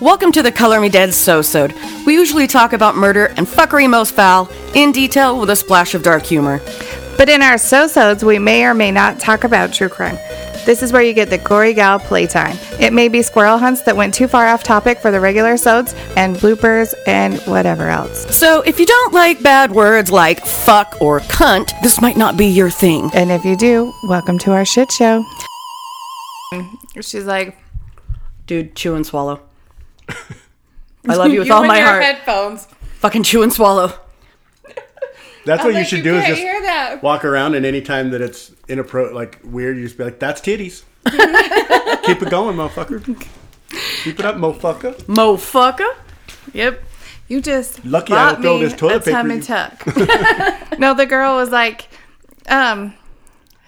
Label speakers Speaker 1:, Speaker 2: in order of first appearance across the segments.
Speaker 1: Welcome to the Color Me Dead So-Sode. We usually talk about murder and fuckery most foul, in detail with a splash of dark humor.
Speaker 2: But in our so-sodes, we may or may not talk about true crime. This is where you get the gory gal playtime. It may be squirrel hunts that went too far off topic for the regular sodes and bloopers and whatever else.
Speaker 1: So if you don't like bad words like fuck or cunt, this might not be your thing.
Speaker 2: And if you do, welcome to our shit show. She's like,
Speaker 1: Dude, chew and swallow. I love you with all my heart.
Speaker 2: headphones.
Speaker 1: Fucking chew and swallow.
Speaker 3: That's what you
Speaker 2: like,
Speaker 3: should
Speaker 2: you
Speaker 3: do is
Speaker 2: can't
Speaker 3: just
Speaker 2: hear that.
Speaker 3: walk around and anytime that it's inappro like weird, you just be like, "That's titties." Keep it going, motherfucker. Keep it up, motherfucker.
Speaker 1: Mofucker.
Speaker 2: Yep. You just
Speaker 3: Lucky I
Speaker 2: bought
Speaker 3: don't throw
Speaker 2: me
Speaker 3: this toilet
Speaker 2: a
Speaker 3: paper
Speaker 2: tum
Speaker 3: you-
Speaker 2: and tuck. no, the girl was like, um,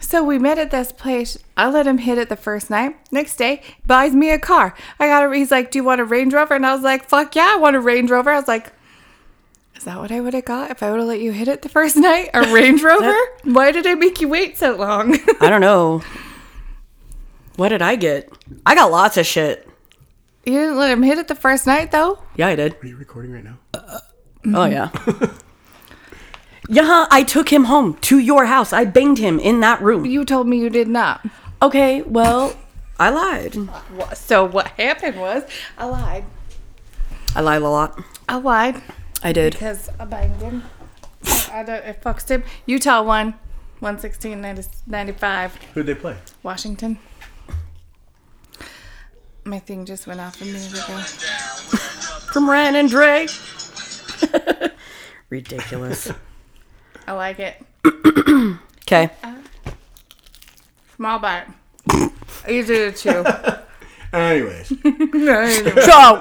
Speaker 2: so we met at this place. I let him hit it the first night. Next day, buys me a car. I got a. He's like, do you want a Range Rover? And I was like, fuck yeah, I want a Range Rover. I was like. Is that what I would have got if I would have let you hit it the first night? A Range Rover? Why did I make you wait so long?
Speaker 1: I don't know. What did I get? I got lots of shit.
Speaker 2: you didn't let him hit it the first night, though.
Speaker 1: Yeah, I did.
Speaker 3: Are you recording right now?
Speaker 1: Oh yeah. yeah, I took him home to your house. I banged him in that room.
Speaker 2: You told me you did not.
Speaker 1: Okay, well, I lied.
Speaker 2: So what happened was, I lied.
Speaker 1: I lied a lot.
Speaker 2: I lied.
Speaker 1: I did.
Speaker 2: Because I banged him. I don't, I fucked him. Utah won 116 95.
Speaker 3: Who'd they play?
Speaker 2: Washington. My thing just went off immediately.
Speaker 1: From Ren and Dre. Ridiculous.
Speaker 2: I like it.
Speaker 1: Okay.
Speaker 2: Small bite. Easy to chew.
Speaker 3: Anyways,
Speaker 1: So,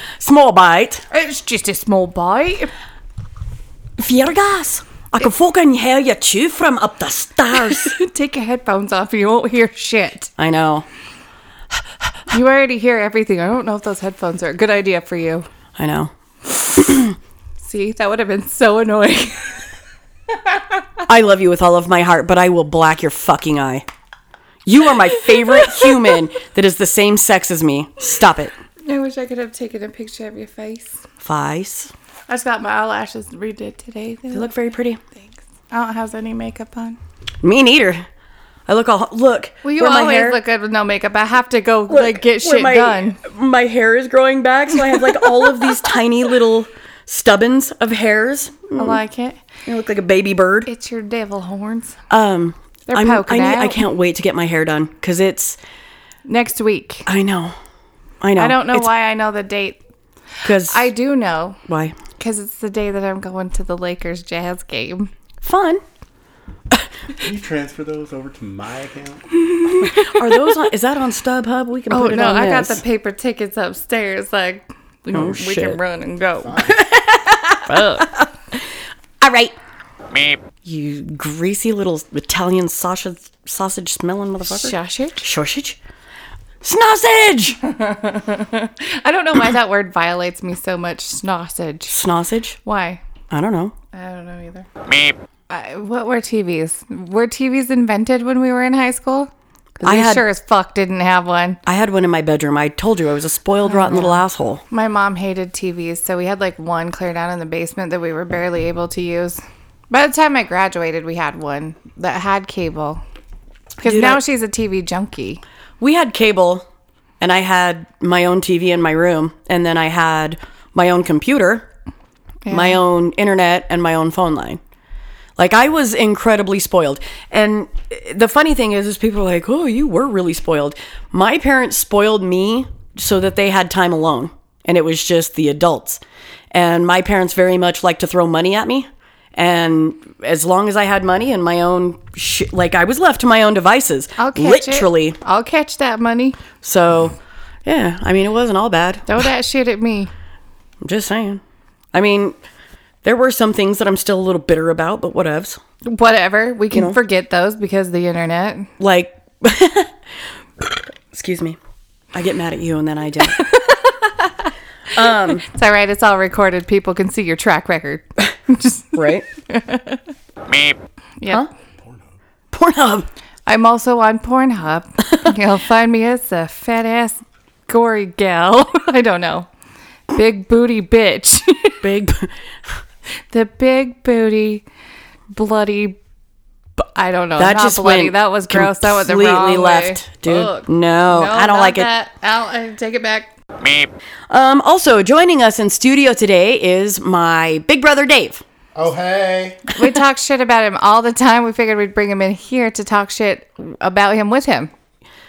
Speaker 1: small bite.
Speaker 2: it's just a small bite.
Speaker 1: Fear gas. I can fucking hear you chew from up the stairs.
Speaker 2: Take your headphones off. You won't hear shit.
Speaker 1: I know.
Speaker 2: You already hear everything. I don't know if those headphones are a good idea for you.
Speaker 1: I know.
Speaker 2: See, that would have been so annoying.
Speaker 1: I love you with all of my heart, but I will black your fucking eye. You are my favorite human that is the same sex as me. Stop it.
Speaker 2: I wish I could have taken a picture of your face.
Speaker 1: Vice.
Speaker 2: I just got my eyelashes redid today. They
Speaker 1: You look very pretty.
Speaker 2: Thanks. I don't have any makeup on.
Speaker 1: Me neither. I look all look.
Speaker 2: Well, you
Speaker 1: where my
Speaker 2: always
Speaker 1: hair-
Speaker 2: look good with no makeup. I have to go
Speaker 1: look,
Speaker 2: like get
Speaker 1: where
Speaker 2: shit
Speaker 1: my-
Speaker 2: done.
Speaker 1: My hair is growing back, so I have like all of these tiny little stubbins of hairs.
Speaker 2: I like it.
Speaker 1: I look like a baby bird.
Speaker 2: It's your devil horns.
Speaker 1: Um,
Speaker 2: They're
Speaker 1: I'm, I,
Speaker 2: poking
Speaker 1: need-
Speaker 2: out.
Speaker 1: I can't wait to get my hair done because it's.
Speaker 2: Next week.
Speaker 1: I know. I know.
Speaker 2: I don't know why I know the date.
Speaker 1: Because
Speaker 2: Oh, I do know
Speaker 1: why
Speaker 2: because it's the day that I'm going to the Lakers Jazz game.
Speaker 1: fun.
Speaker 3: can you transfer those over to my account?
Speaker 1: Are those on? Is that on StubHub? We can
Speaker 2: Oh
Speaker 1: put it
Speaker 2: no,
Speaker 1: on.
Speaker 2: I got the
Speaker 1: this.
Speaker 2: paper tickets upstairs. Like we,
Speaker 1: Oh,
Speaker 2: we
Speaker 1: shit.
Speaker 2: can run and go.
Speaker 1: All right. You greasy little Italian sausage sausage smelling motherfucker.
Speaker 2: Sausage.
Speaker 1: Sausage. Sausage.
Speaker 2: I don't know why that word violates me so much. Sausage.
Speaker 1: Sausage.
Speaker 2: Why?
Speaker 1: I don't know.
Speaker 2: I don't know either. I, what were TVs? Were TVs invented when we were in high school?
Speaker 1: I
Speaker 2: I
Speaker 1: had-
Speaker 2: sure as fuck didn't have one.
Speaker 1: I had one in my bedroom. I told you I was a spoiled, rotten little asshole.
Speaker 2: My mom hated TVs, so we had like one clear down in the basement that we were barely able to use. By the time I graduated, we had one that had cable. Because
Speaker 1: Dude,
Speaker 2: now
Speaker 1: I-
Speaker 2: she's a TV junkie.
Speaker 1: We had cable, and I had my own TV in my room, and then I had my own computer, my own internet, and my own phone line. Like I was incredibly spoiled. And the funny thing is, is people are like, "Oh, you were really spoiled." My parents spoiled me so that they had time alone, and it was just the adults. And my parents very much like to throw money at me. And as long as I had money and my own shit, like I was left to my own devices,
Speaker 2: I'll catch
Speaker 1: literally.
Speaker 2: It. I'll catch that money.
Speaker 1: So, yeah, I mean, it wasn't all bad.
Speaker 2: Throw that shit at me.
Speaker 1: I'm just saying. I mean, there were some things that I'm still a little bitter about, but whatevs.
Speaker 2: Whatever. We can forget those because the internet.
Speaker 1: Like, excuse me. I get mad at you and then I do.
Speaker 2: It's all right. It's all recorded. People can see your track record. Just,
Speaker 1: right?
Speaker 2: yeah.
Speaker 1: Pornhub.
Speaker 2: I'm also on Pornhub. You'll find me as a fat ass gory gal. I don't know. Big booty bitch.
Speaker 1: Big.
Speaker 2: the big booty, bloody. b- I don't know.
Speaker 1: That
Speaker 2: not
Speaker 1: just
Speaker 2: bloody.
Speaker 1: went
Speaker 2: that was gross. That was the
Speaker 1: completely
Speaker 2: wrong way.
Speaker 1: left, dude.
Speaker 2: Ugh.
Speaker 1: No, I don't
Speaker 2: not
Speaker 1: like it.
Speaker 2: that. I'll, I take it back.
Speaker 1: Um, also, joining us in studio today is my big brother Dave.
Speaker 3: Oh hey.
Speaker 2: We talk shit about him all the time. We figured we'd bring him in here to talk shit about him with him,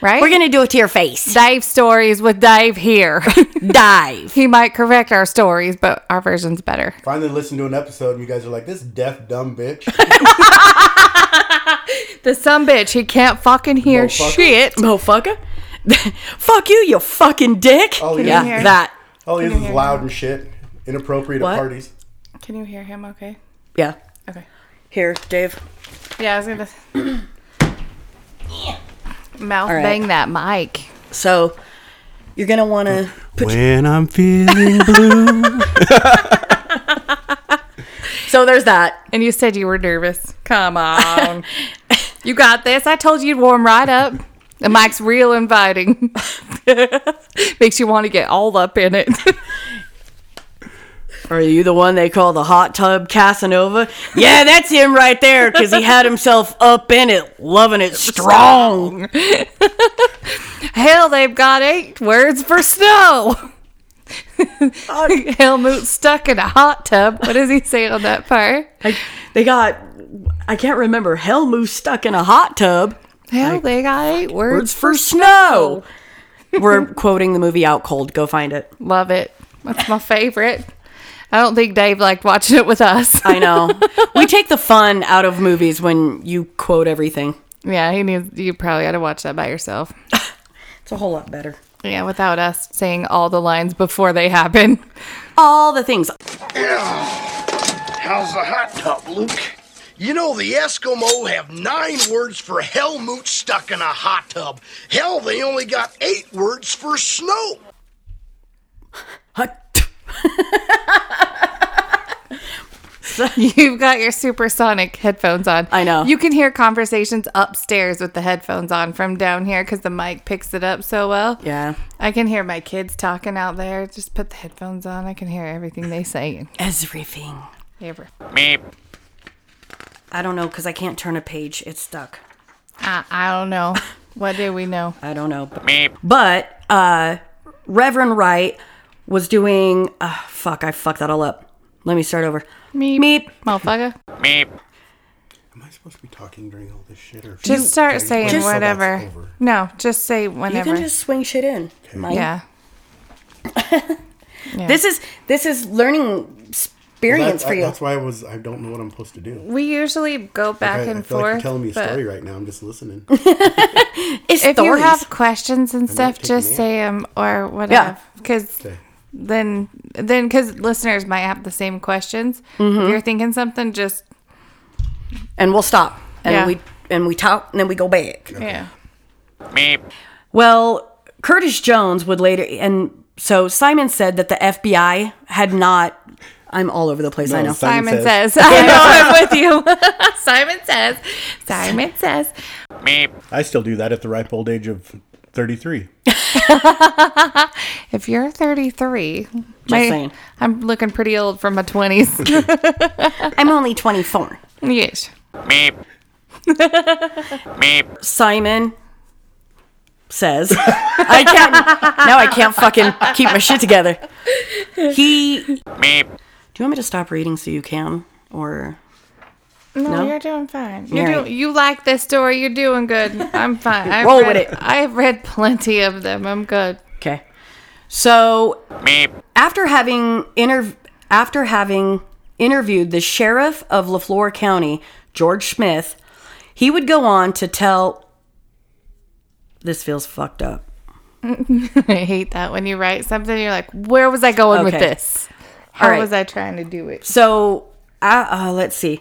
Speaker 2: right?
Speaker 1: We're gonna do it to your face.
Speaker 2: Dave stories with Dave here.
Speaker 1: Dive.
Speaker 2: he might correct our stories, but our version's better.
Speaker 3: Finally listened to an episode and you guys are like, this deaf dumb bitch.
Speaker 2: The some bitch, he can't fucking hear
Speaker 3: Motherfucker.
Speaker 2: shit.
Speaker 1: Motherfucker. Fuck you, you fucking dick.
Speaker 3: Oh,
Speaker 1: yeah,
Speaker 3: yeah.
Speaker 2: Can you hear?
Speaker 1: that.
Speaker 3: All he Oh, is is loud and shit. Inappropriate
Speaker 1: What?
Speaker 3: at parties.
Speaker 2: Can you hear him? Okay.
Speaker 1: Yeah.
Speaker 2: Okay.
Speaker 1: Here, Dave.
Speaker 2: Yeah, I was gonna mouth
Speaker 1: right.
Speaker 2: bang that mic.
Speaker 1: So you're gonna wanna
Speaker 3: When I'm feeling blue.
Speaker 1: So there's that.
Speaker 2: And you said you were nervous. Come on, you got this. I told you you'd warm right up. The mic's real inviting. Makes you want to get all up in it.
Speaker 1: Are you the one they call the hot tub Casanova? Yeah, that's him right there, cause he had himself up in it, loving it strong.
Speaker 2: Hell, they've got eight words for snow. Helmut stuck in a hot tub. What does he say on that part?
Speaker 1: I, they got I can't remember Helmu stuck in a hot tub.
Speaker 2: Hell, they got eight
Speaker 1: Words
Speaker 2: words.
Speaker 1: for snow. We're quoting the movie Out Cold. Go find it.
Speaker 2: Love it. That's my favorite. I don't think Dave liked watching it with us.
Speaker 1: I know. we take the fun out of movies when you quote everything.
Speaker 2: yeah, he needs. You probably had to watch that by yourself.
Speaker 1: It's a whole lot better.
Speaker 2: Yeah, without us saying all the lines before they happen.
Speaker 1: All the things.
Speaker 4: How's the hot tub, Luke? You know, the Eskimo have nine words for Helmut stuck in a hot tub. Hell, they only got eight words for snow.
Speaker 1: Hut.
Speaker 2: You've got your supersonic headphones on.
Speaker 1: I know.
Speaker 2: You can hear conversations upstairs with the headphones on from down here because the mic picks it up so well.
Speaker 1: Yeah.
Speaker 2: I can hear my kids talking out there. Just put the headphones on. I can hear everything they say.
Speaker 1: Everything.
Speaker 2: Every-
Speaker 1: I don't know because I can't turn a page. It's stuck.
Speaker 2: I, I don't know. What do we know?
Speaker 1: I don't know. But, but uh, Reverend Wright was doing. Uh, fuck, I fucked that all up. Let me start over.
Speaker 2: Meep.
Speaker 1: Meep.
Speaker 2: Motherfucker.
Speaker 3: Am I supposed to be talking during all this shit or
Speaker 2: Just start saying
Speaker 3: just-
Speaker 2: whatever.
Speaker 3: That's over.
Speaker 2: No, just say
Speaker 1: You
Speaker 2: whenever.
Speaker 1: can just swing shit in. Mike.
Speaker 2: yeah.
Speaker 1: This is this is learning experience
Speaker 3: That-
Speaker 1: for you.
Speaker 3: That's why I was. I don't know what I'm supposed to do.
Speaker 2: We usually go back
Speaker 3: I, I
Speaker 2: and
Speaker 3: feel
Speaker 2: forth.
Speaker 3: like you're telling me a
Speaker 2: but-
Speaker 3: story right now. I'm just listening.
Speaker 1: It's
Speaker 2: if you
Speaker 1: stories.
Speaker 2: have questions and stuff,
Speaker 3: take
Speaker 2: just
Speaker 3: them
Speaker 2: say them or whatever. Because then, then because listeners might have the same questions. If you're thinking something, just
Speaker 1: and we'll stop and
Speaker 2: Yeah.
Speaker 1: we and we talk and then we go back.
Speaker 2: yeah.
Speaker 1: Well, Curtis Jones would later and so Simon said that the FBI had not. I'm all over the place. I know.
Speaker 3: Simon
Speaker 2: Simon says,
Speaker 3: says.
Speaker 2: "I know I'm with you." Simon says, "Simon says."
Speaker 3: I still do that at the ripe old age of 33.
Speaker 2: If you're 33, my-
Speaker 1: saying.
Speaker 2: I'm looking pretty old from my 20s.
Speaker 1: I'm only 24.
Speaker 2: yes.
Speaker 1: Simon says, I can't. Now I can't fucking keep my shit together. He. Do you want me to stop reading so you can or?
Speaker 2: No,
Speaker 1: No?
Speaker 2: you're doing fine. You're
Speaker 1: All right.
Speaker 2: doing, you like this story. You're doing good. I'm fine. I've
Speaker 1: Roll with
Speaker 2: read,
Speaker 1: it.
Speaker 2: I've read plenty of them. I'm good.
Speaker 1: Okay. So after having interv- after having interviewed the sheriff of LaFleur County, George Smith, he would go on to tell this feels fucked up.
Speaker 2: I hate that when you write something, you're like, where was I going with
Speaker 1: Okay.
Speaker 2: this? How
Speaker 1: right.
Speaker 2: was I trying to do it?
Speaker 1: So, uh, uh, let's see.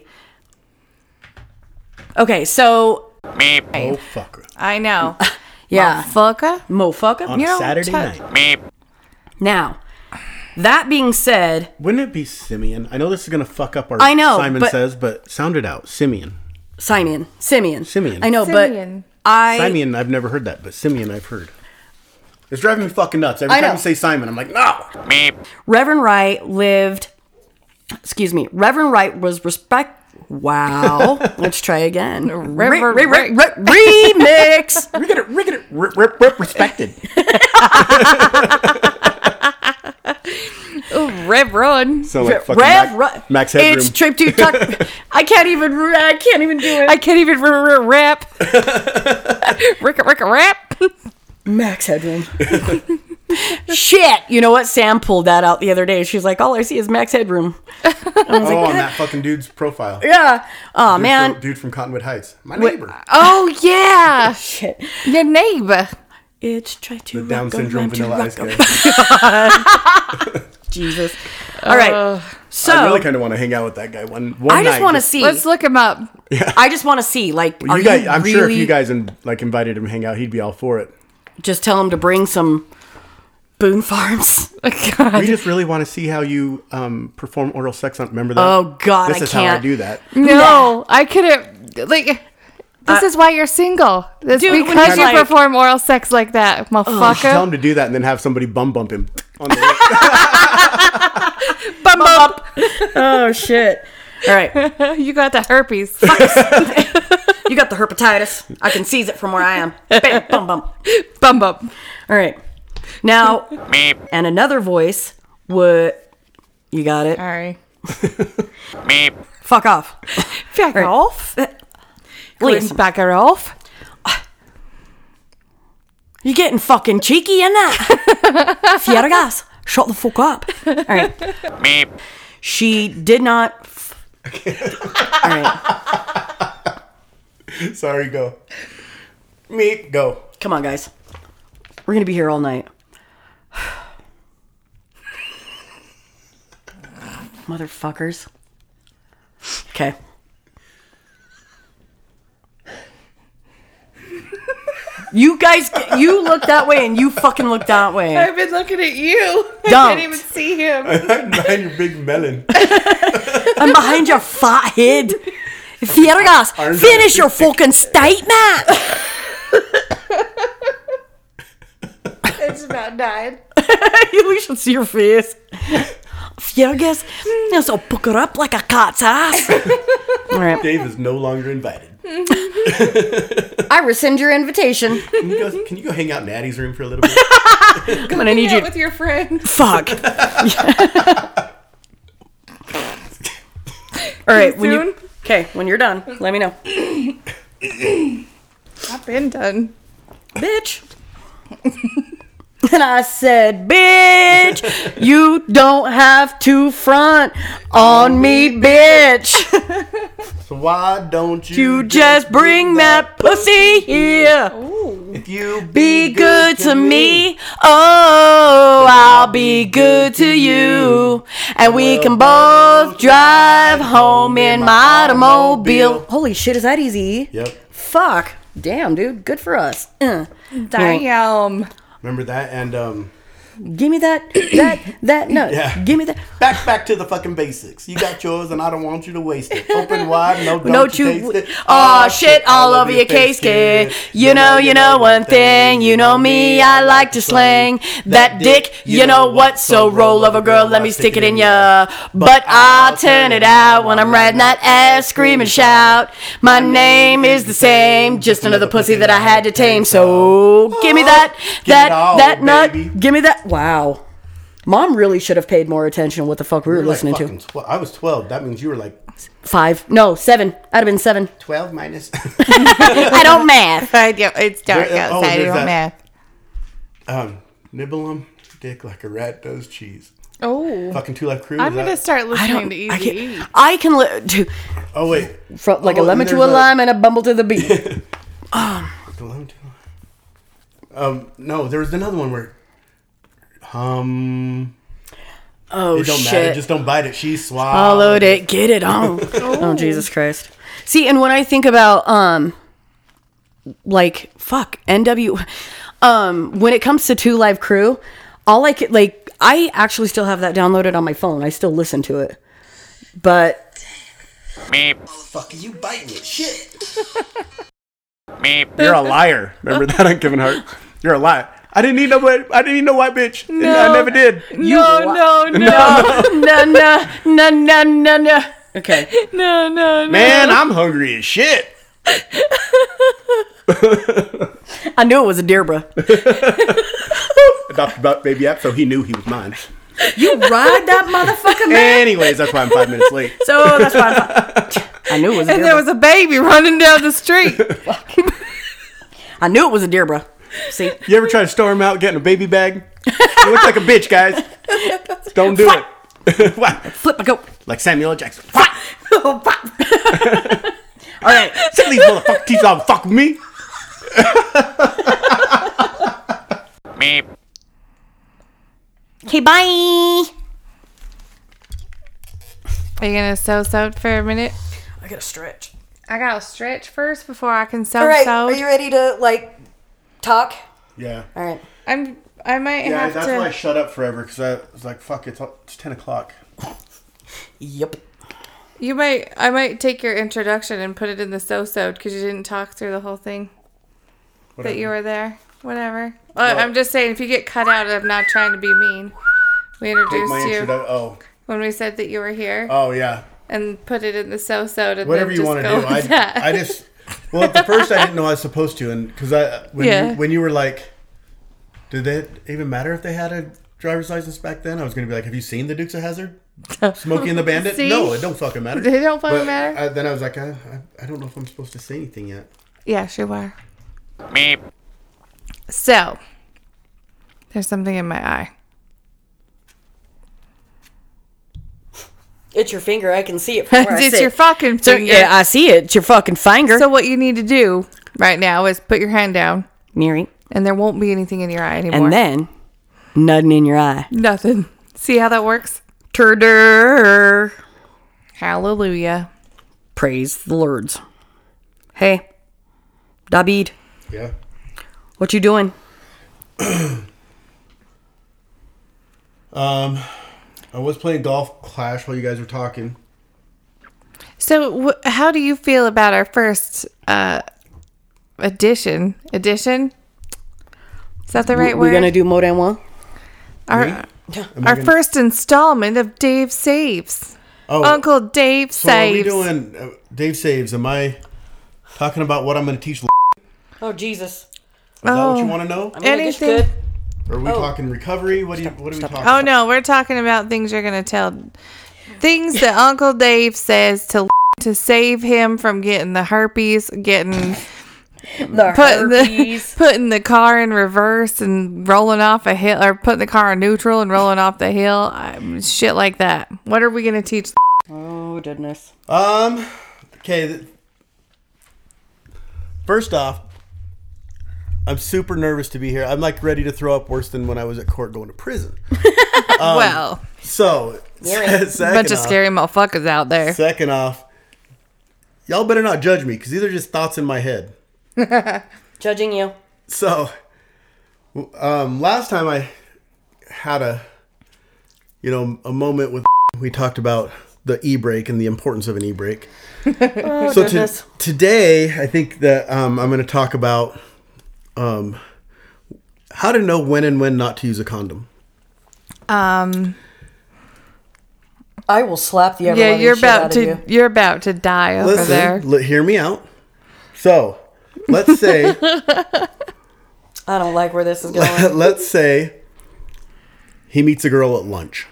Speaker 1: Okay, so
Speaker 3: Oh fucker!
Speaker 2: I know.
Speaker 1: Uh-huh. yeah,
Speaker 2: Fucker.
Speaker 1: mofucker.
Speaker 3: On
Speaker 2: You know,
Speaker 3: a Saturday
Speaker 2: touch-
Speaker 3: night.
Speaker 1: Now, that being said,
Speaker 3: Wouldn't it be Simeon? I know this is gonna fuck up our.
Speaker 1: I know,
Speaker 3: Simon
Speaker 1: but-
Speaker 3: says, but sound it out, Simeon.
Speaker 1: Simon, Simeon,
Speaker 3: Simeon.
Speaker 1: I know,
Speaker 2: Simeon.
Speaker 1: but I
Speaker 3: Simeon. I've never heard that, but Simeon I've heard. It's driving me fucking nuts. Every
Speaker 1: I
Speaker 3: time
Speaker 1: know.
Speaker 3: you say Simon, I'm like, no.
Speaker 1: Reverend Wright lived, excuse me, Reverend Wright was respect. Wow. Let's try again. Re-
Speaker 2: Reverend
Speaker 1: re- re- re- remix.
Speaker 3: Rip it, rip it, rip, rip, rip, respected.
Speaker 2: Rev Rowan.
Speaker 3: So like fucking
Speaker 1: Rev,
Speaker 3: Mac-
Speaker 1: Ri-
Speaker 3: Max Headroom.
Speaker 1: It's trip to tuck. I can't even. re- I can't even do it.
Speaker 2: I can't even r- r- rap. Rick Rick rap.
Speaker 1: Max Headroom. Shit. You know what? Sam pulled that out the other day. She's like, all I see is Max Headroom.
Speaker 3: oh, on that fucking dude's profile. Dude
Speaker 1: Yeah. Oh man.
Speaker 3: from, dude from Cottonwood Heights, my neighbor.
Speaker 2: Oh yeah,
Speaker 1: Shit.
Speaker 2: your neighbor.
Speaker 1: It's try to rock
Speaker 3: Down syndrome,
Speaker 1: around to
Speaker 3: vanilla
Speaker 1: rock
Speaker 3: ice guy.
Speaker 1: Jesus. All right. so
Speaker 3: Uh, I really kind of want to hang out with that guy one one
Speaker 1: Oh. I just
Speaker 3: night.
Speaker 1: want to see.
Speaker 2: Let's look him up.
Speaker 1: I just want to see. Like,
Speaker 3: You
Speaker 1: are
Speaker 3: guys,
Speaker 1: you
Speaker 3: I'm
Speaker 1: really,
Speaker 3: sure if you guys in, like invited him to hang out, he'd be all for it.
Speaker 1: just tell him to bring some Boone Farms.
Speaker 3: We just really want to see how you um, perform oral sex on. Remember that?
Speaker 1: Oh, God,
Speaker 3: this
Speaker 1: I
Speaker 3: is how I
Speaker 1: can't.
Speaker 3: do that.
Speaker 2: No, I couldn't. Like, this is why you're single. This
Speaker 1: Dude, when
Speaker 2: because
Speaker 1: he's
Speaker 2: you
Speaker 1: like-
Speaker 2: perform oral sex like that,
Speaker 3: Tell him
Speaker 2: motherfucker.
Speaker 3: to do that, and then have somebody bum bump him. On the
Speaker 2: Bum up.
Speaker 1: oh shit. All right,
Speaker 2: You got the herpes.
Speaker 1: you got the herpetitis. I can seize it from where I am. Bam, bum, bum.
Speaker 2: Bum up.
Speaker 1: All right, now and another voice would. You got it.
Speaker 2: Sorry.
Speaker 1: Fuck off.
Speaker 2: Back off.
Speaker 1: Listen,
Speaker 2: Back her off.
Speaker 1: you getting fucking cheeky in that. Fiergas, shut the fuck up. All right. She did not. F- All right,
Speaker 3: Sorry, go. Meep, go.
Speaker 1: come on, guys. We're gonna be here all night. Motherfuckers. Okay. You guys, you look that way and you fucking look that way.
Speaker 2: I've been looking at you. I
Speaker 1: Don't.
Speaker 2: can't even see him.
Speaker 3: Behind your big melon.
Speaker 1: I'm behind your fat head. Fiergas,
Speaker 3: Arms
Speaker 1: finish your fucking statement.
Speaker 2: It's about nine.
Speaker 1: you should see your face. Fiergas, now so pucker up like a cat's ass. All right.
Speaker 3: Dave is no longer invited.
Speaker 1: I rescind your invitation.
Speaker 3: Can you, go, can you go hang out in Addie's room for a little bit?
Speaker 1: I'm gonna need you.
Speaker 2: with your friend.
Speaker 1: Fuck. All right. When you, okay, when you're done, let me know,
Speaker 2: I've been done.
Speaker 1: bitch. And I said, bitch, you don't have to front on me, bitch.
Speaker 3: So why don't you,
Speaker 1: You just bring that pussy here.
Speaker 3: If you
Speaker 1: Be good to me. Oh, I'll be good to you. And we can both drive home in my automobile. Holy shit, is that easy?
Speaker 3: Yep.
Speaker 1: Fuck. Damn, dude. Good for us. Uh.
Speaker 2: Damn.
Speaker 3: Remember that and um
Speaker 1: Give me that, that, that nut.
Speaker 3: Yeah.
Speaker 1: Give me that.
Speaker 3: back back to the fucking basics. You got yours and I don't want you to waste it. Open wide, no don't,
Speaker 1: No
Speaker 3: you taste
Speaker 1: chew.
Speaker 3: it.
Speaker 1: Oh shit, all over your case, kid. You know, you know one thing. You know me, I like to sling that dick. You know what? So roll over, girl. Let me stick it in ya. But I'll turn it out when I'm riding that ass, scream and shout. My name is the same, just another pussy that I had to tame. So give me that,
Speaker 3: Give it
Speaker 1: that,
Speaker 3: all,
Speaker 1: that
Speaker 3: baby.
Speaker 1: nut. Give me that. Wow. Mom really should have paid more attention what the fuck we were
Speaker 3: You're like
Speaker 1: listening
Speaker 3: fucking
Speaker 1: to.
Speaker 3: tw- I was 12. That means you were like
Speaker 1: Five. No, seven. I'd have been seven.
Speaker 3: 12 minus.
Speaker 1: I don't math.
Speaker 2: I do. It's dark
Speaker 3: There- oh,
Speaker 2: outside. I
Speaker 3: there's
Speaker 2: don't
Speaker 3: that.
Speaker 2: math.
Speaker 3: um, nibble 'em dick like a rat does cheese.
Speaker 2: Oh.
Speaker 3: Fucking two life crew.
Speaker 2: I'm
Speaker 3: is
Speaker 2: going to
Speaker 3: that-
Speaker 2: start
Speaker 1: I don't.
Speaker 2: listening to E
Speaker 1: I
Speaker 2: Easy.
Speaker 1: can. I can li- do
Speaker 3: Oh wait.
Speaker 1: from like
Speaker 3: Oh,
Speaker 1: a lemon to
Speaker 3: and
Speaker 1: a
Speaker 3: there's a-
Speaker 1: lime and a bumble to the bee.
Speaker 3: The lemon to Um no, there was another one where um
Speaker 1: Oh
Speaker 3: it don't
Speaker 1: shit!
Speaker 3: matter. Just don't bite it. She swallowed.
Speaker 1: Followed it. Get it on. oh Jesus Christ! See, and when I think about um, like fuck NW, um, when it comes to Two Live Crew, all I could like I actually still have that downloaded on my phone. I still listen to it, but
Speaker 4: Motherfucker, you biting it. Shit.
Speaker 3: You're a liar. Remember that on Kevin Hart? You're a liar. I didn't need no white. I didn't need no white bitch. And I
Speaker 2: No.
Speaker 3: never did.
Speaker 2: no, no, no,
Speaker 3: Oh.
Speaker 1: no, no, no, no, no, no. Okay.
Speaker 2: no, no, no.
Speaker 3: Man, I'm hungry as shit.
Speaker 1: I knew it was a Deirbra.
Speaker 3: Adopted butt baby app, so he knew he was mine.
Speaker 1: You ride that motherfucker, man.
Speaker 3: Anyways, that's why I'm five minutes late.
Speaker 1: So that's why I, I knew it was a
Speaker 2: And there
Speaker 1: Deirbra.
Speaker 2: was a baby running down the street.
Speaker 1: I knew it was a Deirbra. See?
Speaker 3: You ever try to storm out getting a baby bag? You look like a bitch, guys. Don't do it. What?
Speaker 1: Flip my goat.
Speaker 3: like Samuel L. Jackson.
Speaker 1: All right.
Speaker 3: Some of these motherfucking teeth all fuck with me.
Speaker 1: Okay, bye.
Speaker 2: Are you gonna sew sewed for a minute?
Speaker 1: I gotta stretch.
Speaker 2: I gotta stretch first before I can sew
Speaker 1: All right. Are
Speaker 2: sewed.
Speaker 1: you ready to, like, talk?
Speaker 3: Yeah.
Speaker 1: All right.
Speaker 2: I'm. I might
Speaker 3: Yeah,
Speaker 2: have
Speaker 3: that's
Speaker 2: to.
Speaker 3: why I shut up forever because I was like, fuck, it's, it's 10 o'clock.
Speaker 1: Yep.
Speaker 2: You might. I might take your introduction and put it in the sew sewed because you didn't talk through the whole thing that you were there. Whatever. Uh, I'm just saying, if you get cut out, I'm not trying to be mean. We
Speaker 3: Take
Speaker 2: introduced
Speaker 3: my
Speaker 2: you
Speaker 3: introdu- Oh,
Speaker 2: when we said that you were here
Speaker 3: oh, yeah.
Speaker 2: and put it in the sew sewed and
Speaker 3: Whatever
Speaker 2: then
Speaker 3: you
Speaker 2: just
Speaker 3: want to
Speaker 2: go
Speaker 3: do.
Speaker 2: with
Speaker 3: I,
Speaker 2: that.
Speaker 3: I just, well, at the first I didn't know I was supposed to. And because I, when,
Speaker 2: Yeah.
Speaker 3: you, when you were like, did it even matter if they had a driver's license back then? I was going to be like, have you seen the Dukes of Hazard? Smokey and the Bandit?
Speaker 2: See?
Speaker 3: No, it don't fucking matter.
Speaker 2: They don't fucking
Speaker 3: But
Speaker 2: matter.
Speaker 3: I, then I was like, I, I, I don't know if I'm supposed to say anything yet.
Speaker 2: Yes, you are. So, there's something in my eye.
Speaker 1: It's your finger. I can see it from where I
Speaker 2: it's
Speaker 1: sit.
Speaker 2: your fucking
Speaker 1: So,
Speaker 2: finger.
Speaker 1: yeah, I see it. It's your fucking finger.
Speaker 2: So what you need to do right now is put your hand down,
Speaker 1: Mary.
Speaker 2: and there won't be anything in your eye anymore.
Speaker 1: And then, nothing in your eye.
Speaker 2: nothing. See how that works?
Speaker 1: Turder.
Speaker 2: Hallelujah.
Speaker 1: Praise the lords. Hey, David,
Speaker 3: Yeah.
Speaker 1: what you doing?
Speaker 3: Um, I was playing golf clash while you guys were talking.
Speaker 2: So wh- how do you feel about our first uh edition? Edition? Is that the right
Speaker 1: We're
Speaker 2: word?
Speaker 1: gonna do more than one.
Speaker 2: our
Speaker 3: Am I
Speaker 2: our
Speaker 3: gonna-
Speaker 2: first installment of Dave Saves.
Speaker 3: oh,
Speaker 2: Uncle Dave
Speaker 3: So are we
Speaker 2: Saves.
Speaker 3: doing uh, Dave saves? Am I talking about what I'm going to teach? Is
Speaker 1: Oh Jesus!
Speaker 3: that what you
Speaker 2: Oh.
Speaker 3: want to know?
Speaker 2: Anything?
Speaker 3: Or are we talking recovery? What do you? What are we talking?
Speaker 2: Oh
Speaker 3: about?
Speaker 2: no, we're talking about things you're gonna tell, things that Uncle Dave says to to save him from getting the herpes, getting
Speaker 1: The
Speaker 2: putting the putting the car in reverse and rolling off a hill, or putting the car in neutral and rolling off the hill, um, shit like that. What are we gonna teach?
Speaker 1: oh goodness!
Speaker 3: Um. Okay. th- First off, I'm super nervous to be here. I'm like ready to throw up worse than when I was at court going to prison. Um,
Speaker 2: well,
Speaker 3: So,
Speaker 2: a bunch
Speaker 3: bunch
Speaker 2: of scary motherfuckers out there.
Speaker 3: Second off, y'all better not judge me because these are just thoughts in my head.
Speaker 1: Judging you.
Speaker 3: So, w- um, last time I had a, you know, a moment with we talked about the e brake and the importance of an e brake.
Speaker 2: Oh,
Speaker 3: so to-
Speaker 1: goodness.
Speaker 3: today, I think that um, I'm going to talk about um, how to know when and when not to use a condom.
Speaker 2: Um,
Speaker 1: I will slap the
Speaker 2: yeah,
Speaker 1: everlasting
Speaker 2: you're
Speaker 1: shit out
Speaker 2: about
Speaker 1: of
Speaker 2: to
Speaker 1: you.
Speaker 2: you. are about to die over there.
Speaker 3: Listen, l- hear me out. So, let's say.
Speaker 1: I don't like where this is going.
Speaker 3: let's say he meets a girl at lunch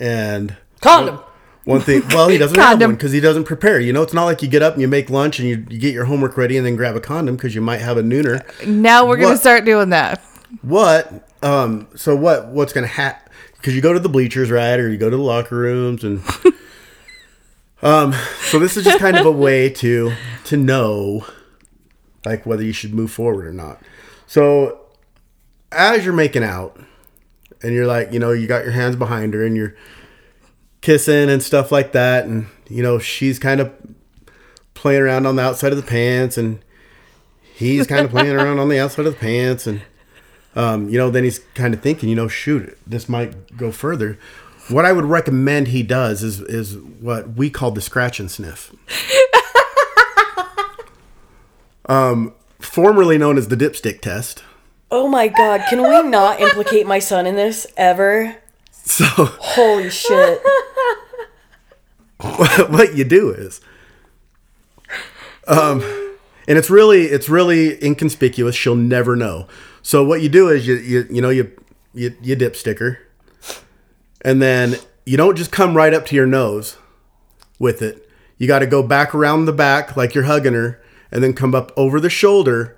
Speaker 3: and
Speaker 1: Condom.
Speaker 3: one thing well he doesn't have
Speaker 2: Condom.
Speaker 3: one because he doesn't prepare you know it's not like you get up and you make lunch and you, you get your homework ready and then grab a condom because you might have a nooner
Speaker 2: Now we're gonna
Speaker 3: What?
Speaker 2: start doing that.
Speaker 3: what um so what what's gonna happen because you go to the bleachers right or you go to the locker rooms and um so this is just kind of a way to to know like whether you should move forward or not so as you're making out and you're like you know you got your hands behind her and you're kissing and stuff like that and you know she's kind of playing around on the outside of the pants and he's kind of playing around on the outside of the pants and um, you know, then he's kind of thinking, you know, shoot, this might go further. What I would recommend he does is is what we call the scratch and sniff, um, Um, formerly known as the dipstick test.
Speaker 1: Oh my god, can we not implicate my son in this ever?
Speaker 3: So
Speaker 1: Holy shit.
Speaker 3: what you do is um and it's really it's really inconspicuous she'll never know so what you do is you you, you know you, you you dip sticker and then you don't just come right up to your nose with it you got to go back around the back like you're hugging her and then come up over the shoulder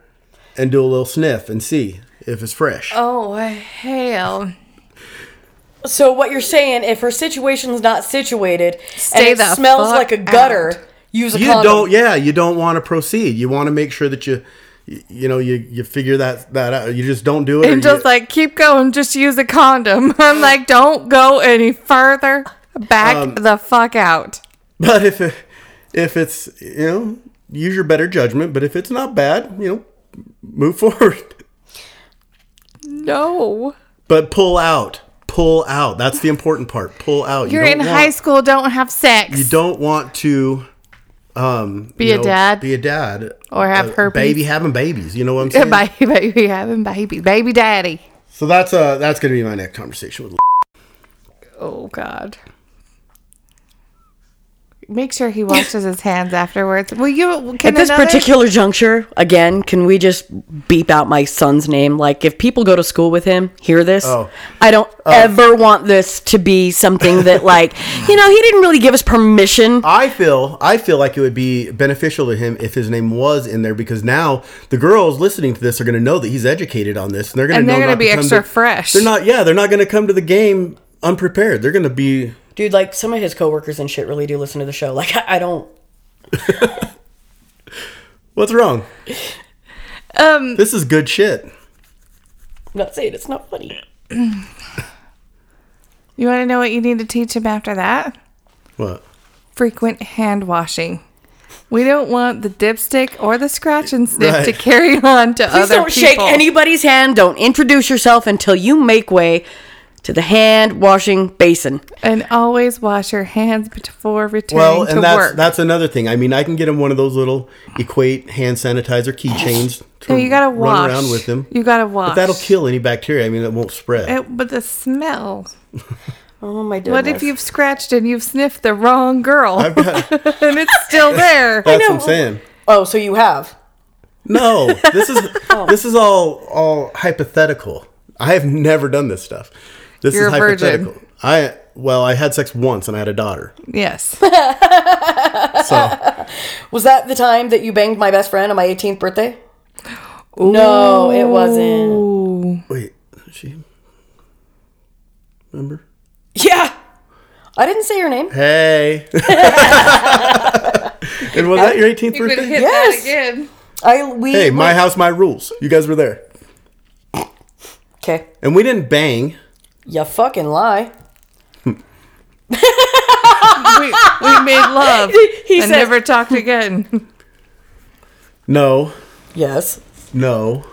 Speaker 3: and do a little sniff and see if it's fresh
Speaker 2: Oh hell!
Speaker 1: So what you're saying, if her situation's not situated
Speaker 2: Stay
Speaker 1: and
Speaker 2: the
Speaker 1: it smells
Speaker 2: fuck
Speaker 1: like a gutter,
Speaker 2: out.
Speaker 1: use a
Speaker 3: you
Speaker 1: condom.
Speaker 3: don't yeah you don't want to proceed you want to make sure that you you you know you you figure that that out you just don't do it or
Speaker 2: And just
Speaker 3: you-
Speaker 2: like keep going, just use a condom. I'm like, don't go any further. Back
Speaker 3: Um,
Speaker 2: the fuck out.
Speaker 3: but if it, if it's you know use your better judgment but if it's not bad you know move forward
Speaker 2: No.
Speaker 3: but pull out pull out that's the important part pull out You
Speaker 2: You're
Speaker 3: don't
Speaker 2: in
Speaker 3: want-
Speaker 2: high school. Don't have sex.
Speaker 3: you don't want to um
Speaker 2: Be
Speaker 3: you
Speaker 2: a dad.
Speaker 3: be a dad
Speaker 2: Or have herpes.
Speaker 3: baby having babies you know what i'm saying
Speaker 2: baby, baby, having baby, baby daddy.
Speaker 3: so that's uh that's gonna be my next conversation with
Speaker 2: Oh God. Make sure he washes his hands afterwards. Will you?
Speaker 1: At
Speaker 2: Can
Speaker 1: this
Speaker 2: another-
Speaker 1: particular juncture, again, can we just beep out my son's name? Like, if people go to school with him, hear this.
Speaker 3: Oh.
Speaker 1: I don't ever want this to be something that, like, you know, he didn't really give us permission.
Speaker 3: I feel I feel like it would be beneficial to him if his name was in there because now the girls listening to this are going to know that he's educated on this, and they're going
Speaker 2: And
Speaker 3: to
Speaker 2: they're
Speaker 3: know
Speaker 2: gonna
Speaker 3: not
Speaker 2: be
Speaker 3: come
Speaker 2: extra
Speaker 3: to-
Speaker 2: fresh.
Speaker 3: They're not. Yeah, they're not going to come to the game unprepared. They're going to be.
Speaker 1: Dude, like, some of his coworkers and shit really do listen to the show. Like, I, I don't.
Speaker 3: What's wrong?
Speaker 2: Um,
Speaker 3: This is good shit.
Speaker 1: I'm not saying it's not funny.
Speaker 2: you want to know what you need to teach him after that?
Speaker 3: What?
Speaker 2: Frequent hand washing. We don't want the dipstick or the scratch and sniff
Speaker 3: Right.
Speaker 2: to carry on to
Speaker 1: Please
Speaker 2: other
Speaker 1: don't
Speaker 2: people.
Speaker 1: shake anybody's hand. Don't introduce yourself until you make way to the hand washing basin.
Speaker 2: And always wash your hands before returning
Speaker 3: Well,
Speaker 2: to
Speaker 3: and that's
Speaker 2: work.
Speaker 3: that's another thing. I mean, I can get him one of those little equate hand sanitizer keychains to
Speaker 2: so you gotta
Speaker 3: run
Speaker 2: wash.
Speaker 3: around with him.
Speaker 2: You gotta wash.
Speaker 3: But that'll kill any bacteria. I mean, it won't spread.
Speaker 2: It, Eh, but the smell.
Speaker 1: Oh, my goodness.
Speaker 2: What if you've scratched and you've sniffed the wrong girl
Speaker 3: I've got, that's
Speaker 2: and it's still there?
Speaker 3: what I'm saying.
Speaker 1: Oh, so you have.
Speaker 3: No, this is
Speaker 2: Oh.
Speaker 3: this is all all hypothetical. I have never done this stuff. This
Speaker 2: You're
Speaker 3: is
Speaker 2: a virgin.
Speaker 3: hypothetical. I well, I had sex once and I had a daughter.
Speaker 2: Yes.
Speaker 3: So
Speaker 1: Was that the time that you banged my best friend on my 18th birthday? No, it wasn't.
Speaker 3: wait, she remember?
Speaker 1: Yeah. I didn't say your name.
Speaker 3: Hey. and was that your 18th birthday?
Speaker 1: Yes.
Speaker 2: again.
Speaker 1: I we
Speaker 3: Hey, my house, my rules. You guys were there,
Speaker 1: Okay.
Speaker 3: and we didn't bang.
Speaker 1: You fucking lie.
Speaker 2: We, we made love
Speaker 1: He
Speaker 2: and
Speaker 1: says-
Speaker 2: never talked again.
Speaker 3: No,
Speaker 1: Yes.
Speaker 3: no.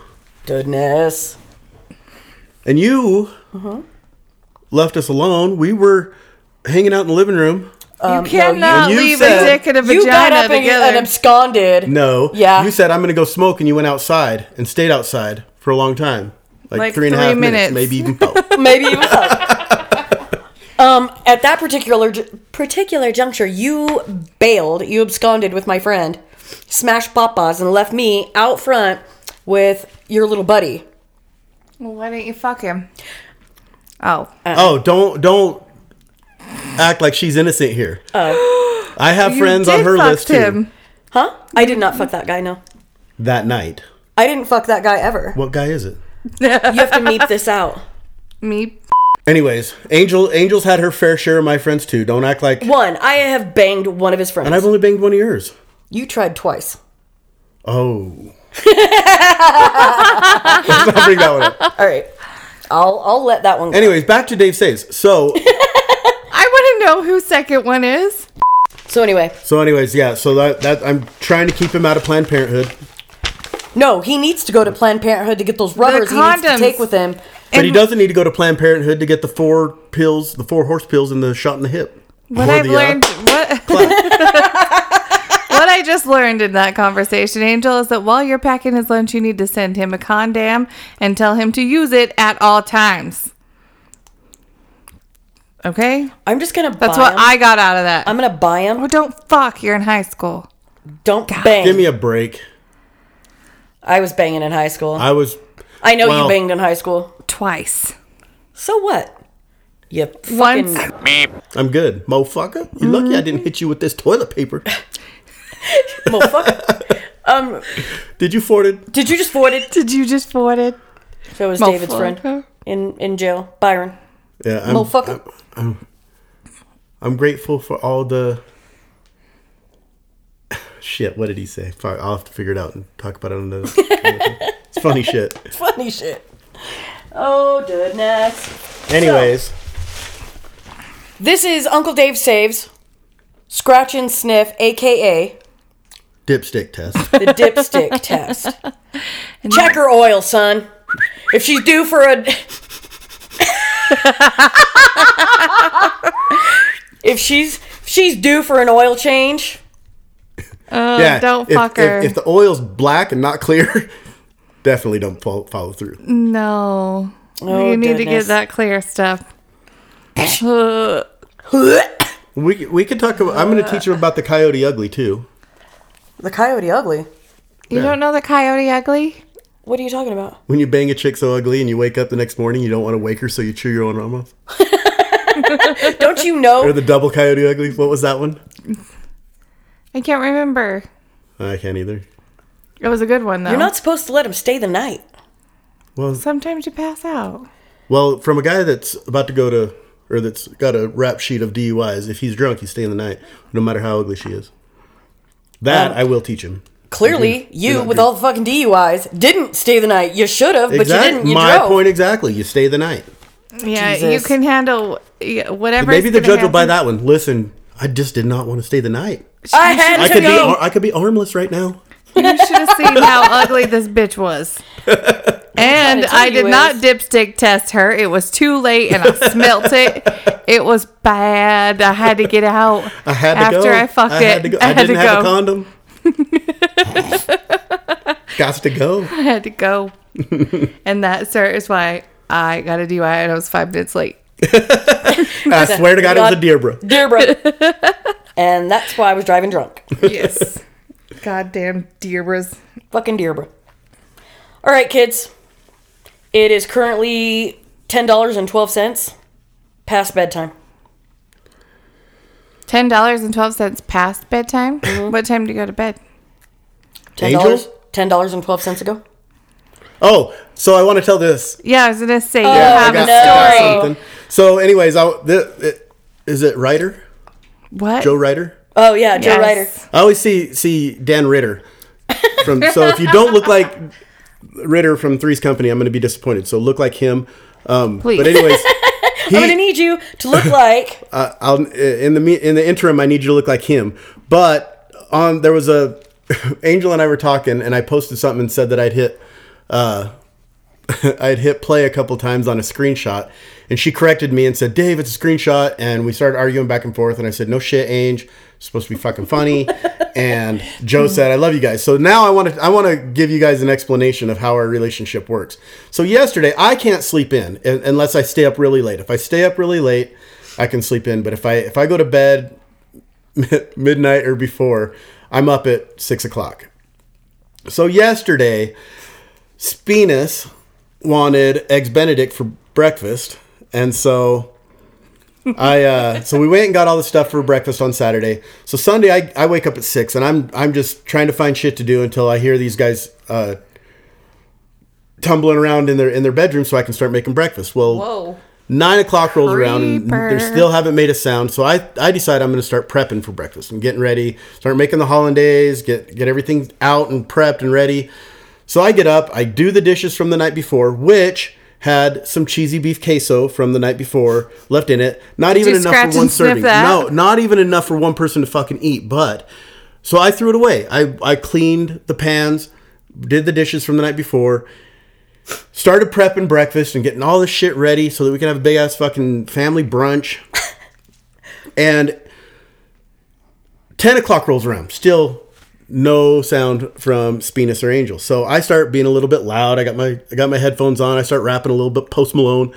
Speaker 1: Goodness.
Speaker 3: And you
Speaker 2: Uh-huh.
Speaker 3: left us alone. We were hanging out in the living room.
Speaker 2: you cannot
Speaker 3: Um, you
Speaker 2: leave
Speaker 3: said-
Speaker 2: a dick and a
Speaker 1: You got
Speaker 2: vagina
Speaker 1: up and,
Speaker 2: together.
Speaker 1: and absconded.
Speaker 3: No.
Speaker 1: Yeah.
Speaker 3: You said I'm going to go smoke, and you went outside and stayed outside for a long time, like,
Speaker 2: Like
Speaker 3: three and a
Speaker 2: three
Speaker 3: half
Speaker 2: minutes.
Speaker 3: minutes, maybe even. four.
Speaker 1: Maybe even Um, at that particular ju- particular juncture, you bailed. You absconded with my friend, smashed papas, and left me out front with your little buddy.
Speaker 2: Well, why don't you fuck him? Oh.
Speaker 3: oh, don't don't act like she's innocent here. Oh. I have
Speaker 2: You
Speaker 3: friends on
Speaker 2: did
Speaker 3: her
Speaker 2: fucked
Speaker 3: list too.
Speaker 2: him.
Speaker 1: Huh? I did not fuck that guy. No,
Speaker 3: That night,
Speaker 1: I didn't fuck that guy ever.
Speaker 3: what guy is it?
Speaker 1: You have to meep this out.
Speaker 2: Me.
Speaker 3: Anyways, Angel Angel's had her fair share of my friends too. Don't act like.
Speaker 1: One, I have banged one of his friends.
Speaker 3: And I've only banged one of yours.
Speaker 1: you tried twice.
Speaker 3: Oh. Let's not bring that one up.
Speaker 1: All right, I'll I'll let that one go.
Speaker 3: Anyways, back to Dave Says. So
Speaker 2: I want to know who second one is.
Speaker 1: So anyway,
Speaker 3: so anyways, yeah. So that that I'm trying to keep him out of Planned Parenthood.
Speaker 1: no, he needs to go to Planned Parenthood to get those rubbers he needs to
Speaker 2: condoms.
Speaker 1: take with him.
Speaker 3: But he doesn't need to go to Planned Parenthood to get the four pills, the four horse pills, and the shot in the hip.
Speaker 2: What
Speaker 3: Or
Speaker 2: I've
Speaker 3: the, uh,
Speaker 2: learned, what
Speaker 3: clap.
Speaker 2: what I just learned in that conversation, Angel, is that while you're packing his lunch, you need to send him a condom and tell him to use it at all times. Okay?
Speaker 1: I'm just gonna.
Speaker 2: That's
Speaker 1: buy
Speaker 2: what
Speaker 1: 'em.
Speaker 2: I got out of that.
Speaker 1: I'm gonna buy
Speaker 2: oh,
Speaker 1: them.
Speaker 2: don't fuck. You're in high school.
Speaker 1: Don't bang.
Speaker 3: Give me a break.
Speaker 1: I was banging in high school. I,
Speaker 3: I was
Speaker 1: know
Speaker 3: well-
Speaker 1: you banged in high school.
Speaker 2: Twice.
Speaker 1: So what? You fucking.
Speaker 2: Once.
Speaker 3: I'm good, motherfucker. You lucky I didn't hit you with this toilet paper.
Speaker 1: Motherfucker.
Speaker 3: Did you forward it?
Speaker 1: Did you just forward it?
Speaker 2: Did you just forward it?
Speaker 1: So was David's friend in in jail, Byron.
Speaker 3: Yeah, I'm,
Speaker 1: Motherfucker.
Speaker 3: I'm, I'm- I'm grateful for all the shit. What did he say? Fuck, I'll have to figure it out and talk about it on the. it's funny shit.
Speaker 1: Funny shit. Oh goodness.
Speaker 3: Anyways,
Speaker 1: This is Uncle Dave saves, scratch and sniff, aka
Speaker 3: dipstick test.
Speaker 1: the dipstick test. Check her oil, son. If she's due for a. if she's if she's due for an oil change,
Speaker 3: yeah,
Speaker 2: Oh, don't
Speaker 3: if,
Speaker 2: fuck
Speaker 3: if-
Speaker 2: her.
Speaker 3: If, the oil's black and not clear, definitely don't follow, follow through.
Speaker 2: No.
Speaker 1: Oh,
Speaker 2: you need to
Speaker 1: goodness.
Speaker 2: get that clear stuff. Ugh.
Speaker 1: the
Speaker 3: We c- we could talk about. I'm going to teach him about the coyote ugly too.
Speaker 1: coyote ugly.
Speaker 2: you
Speaker 3: Yeah.
Speaker 2: don't know the coyote ugly?
Speaker 1: What are you talking about?
Speaker 3: When you bang a chick so ugly and you wake up the next morning, you don't want to wake her, so you chew your own arm off.
Speaker 1: Don't you
Speaker 3: Or
Speaker 1: know?
Speaker 3: the double coyote ugly. What was that one?
Speaker 2: I can't remember.
Speaker 3: I can't either.
Speaker 2: It was a good one though.
Speaker 1: You're not supposed to let him stay the night.
Speaker 3: Well,
Speaker 2: Sometimes you pass out.
Speaker 3: Well, from a guy that's about to go to, or that's got a rap sheet of DUIs, if he's drunk, he's staying the night, no matter how ugly she is. That I will teach him.
Speaker 1: Um, Clearly, you with all the fucking DUIs didn't stay the night. You should have, but
Speaker 3: Exact-
Speaker 1: you didn't. You
Speaker 3: My
Speaker 1: drove.
Speaker 3: point exactly. You stay the night.
Speaker 2: Yeah, you
Speaker 1: Jesus.
Speaker 2: can handle yeah, whatever.
Speaker 3: Maybe
Speaker 2: is
Speaker 3: the
Speaker 2: gonna
Speaker 3: judge will buy
Speaker 2: happen.
Speaker 3: that one. Listen, I just did not want to stay the night.
Speaker 1: I had
Speaker 3: I
Speaker 1: to
Speaker 3: could be,
Speaker 1: go.
Speaker 3: ar- I could be armless right now.
Speaker 2: You should have seen how ugly this bitch was. And
Speaker 1: tell
Speaker 2: I did
Speaker 1: you
Speaker 2: not
Speaker 1: is-
Speaker 2: dipstick test her. It was too late, and I smelt it. It was bad. I had to get out.
Speaker 3: I had to
Speaker 2: after
Speaker 3: go.
Speaker 2: I fucked
Speaker 3: I had
Speaker 2: it.
Speaker 3: to go.
Speaker 2: I
Speaker 3: I,
Speaker 2: had
Speaker 3: didn't
Speaker 2: to
Speaker 3: have
Speaker 2: go.
Speaker 3: a condom. Got to go.
Speaker 2: I had to go. and that, sir, is why I got a DUI, and I was five minutes late.
Speaker 3: I swear to God, it was a deer, bro.
Speaker 1: Dearbrook. and that's why I was driving drunk.
Speaker 2: Yes. Goddamn Debras.
Speaker 1: Fucking Dearbrook. All right, kids. It is currently $10.12 past bedtime.
Speaker 2: Ten dollars and twelve cents past bedtime. What time do you go to bed?
Speaker 1: $10? $10.12 ago.
Speaker 3: Oh, so I want to tell this.
Speaker 2: Yeah, I was gonna say you
Speaker 1: I
Speaker 2: have
Speaker 3: I
Speaker 2: a
Speaker 3: got- I
Speaker 2: story.
Speaker 3: got something. So, anyways, I, the, it, is it Ryder?
Speaker 2: What?
Speaker 3: Joe Ryder?
Speaker 1: Oh, yeah, Joe
Speaker 2: Yes.
Speaker 1: Ryder.
Speaker 3: I always see see Dan Ritter from. so if you don't look like Ritter from Three's Company, I'm going to be disappointed. So look like him. Um,
Speaker 2: Please.
Speaker 3: But anyways, he,
Speaker 1: I'm going to need you to look like.
Speaker 3: uh, I'll, in the me- in the interim, I need you to look like him. But on there was a Angel and I were talking, and I posted something and said that I'd hit. Uh, I'd hit play a couple times on a screenshot, and she corrected me and said, "Dave, it's a screenshot." And we started arguing back and forth, and I said, "No shit, Ange, it's supposed to be fucking funny." and Joe said, "I love you guys." So now I want to I want to give you guys an explanation of how our relationship works. So yesterday, I can't sleep in un- unless I stay up really late. If I stay up really late, I can sleep in, but if I if I go to bed midnight or before, I'm up at six o'clock. So yesterday, Spinus wanted eggs Benedict for breakfast, and so I uh, so we went and got all the stuff for breakfast on Saturday. So Sunday, I, I wake up at six, and I'm I'm just trying to find shit to do until I hear these guys uh, tumbling around in their in their bedroom, so I can start making breakfast. Well,
Speaker 2: Whoa.
Speaker 3: nine o'clock rolls around and
Speaker 2: Creeper.
Speaker 3: they still haven't made a sound so i i decide i'm going to start prepping for breakfast and getting ready start making the hollandaise get get everything out and prepped and ready so i get up i do the dishes from the night before which had some cheesy beef queso from the night before left in it not even
Speaker 2: you
Speaker 3: enough
Speaker 2: scratch
Speaker 3: for one
Speaker 2: and sniff
Speaker 3: serving
Speaker 2: that?
Speaker 3: no not even enough for one person to fucking eat but so i threw it away i i cleaned the pans did the dishes from the night before started prepping breakfast and getting all this shit ready so that we can have a big ass fucking family brunch. and 10 o'clock rolls around, still no sound from Spinus or Angel. So I start being a little bit loud. I got my I got my headphones on. I start rapping a little bit post Malone.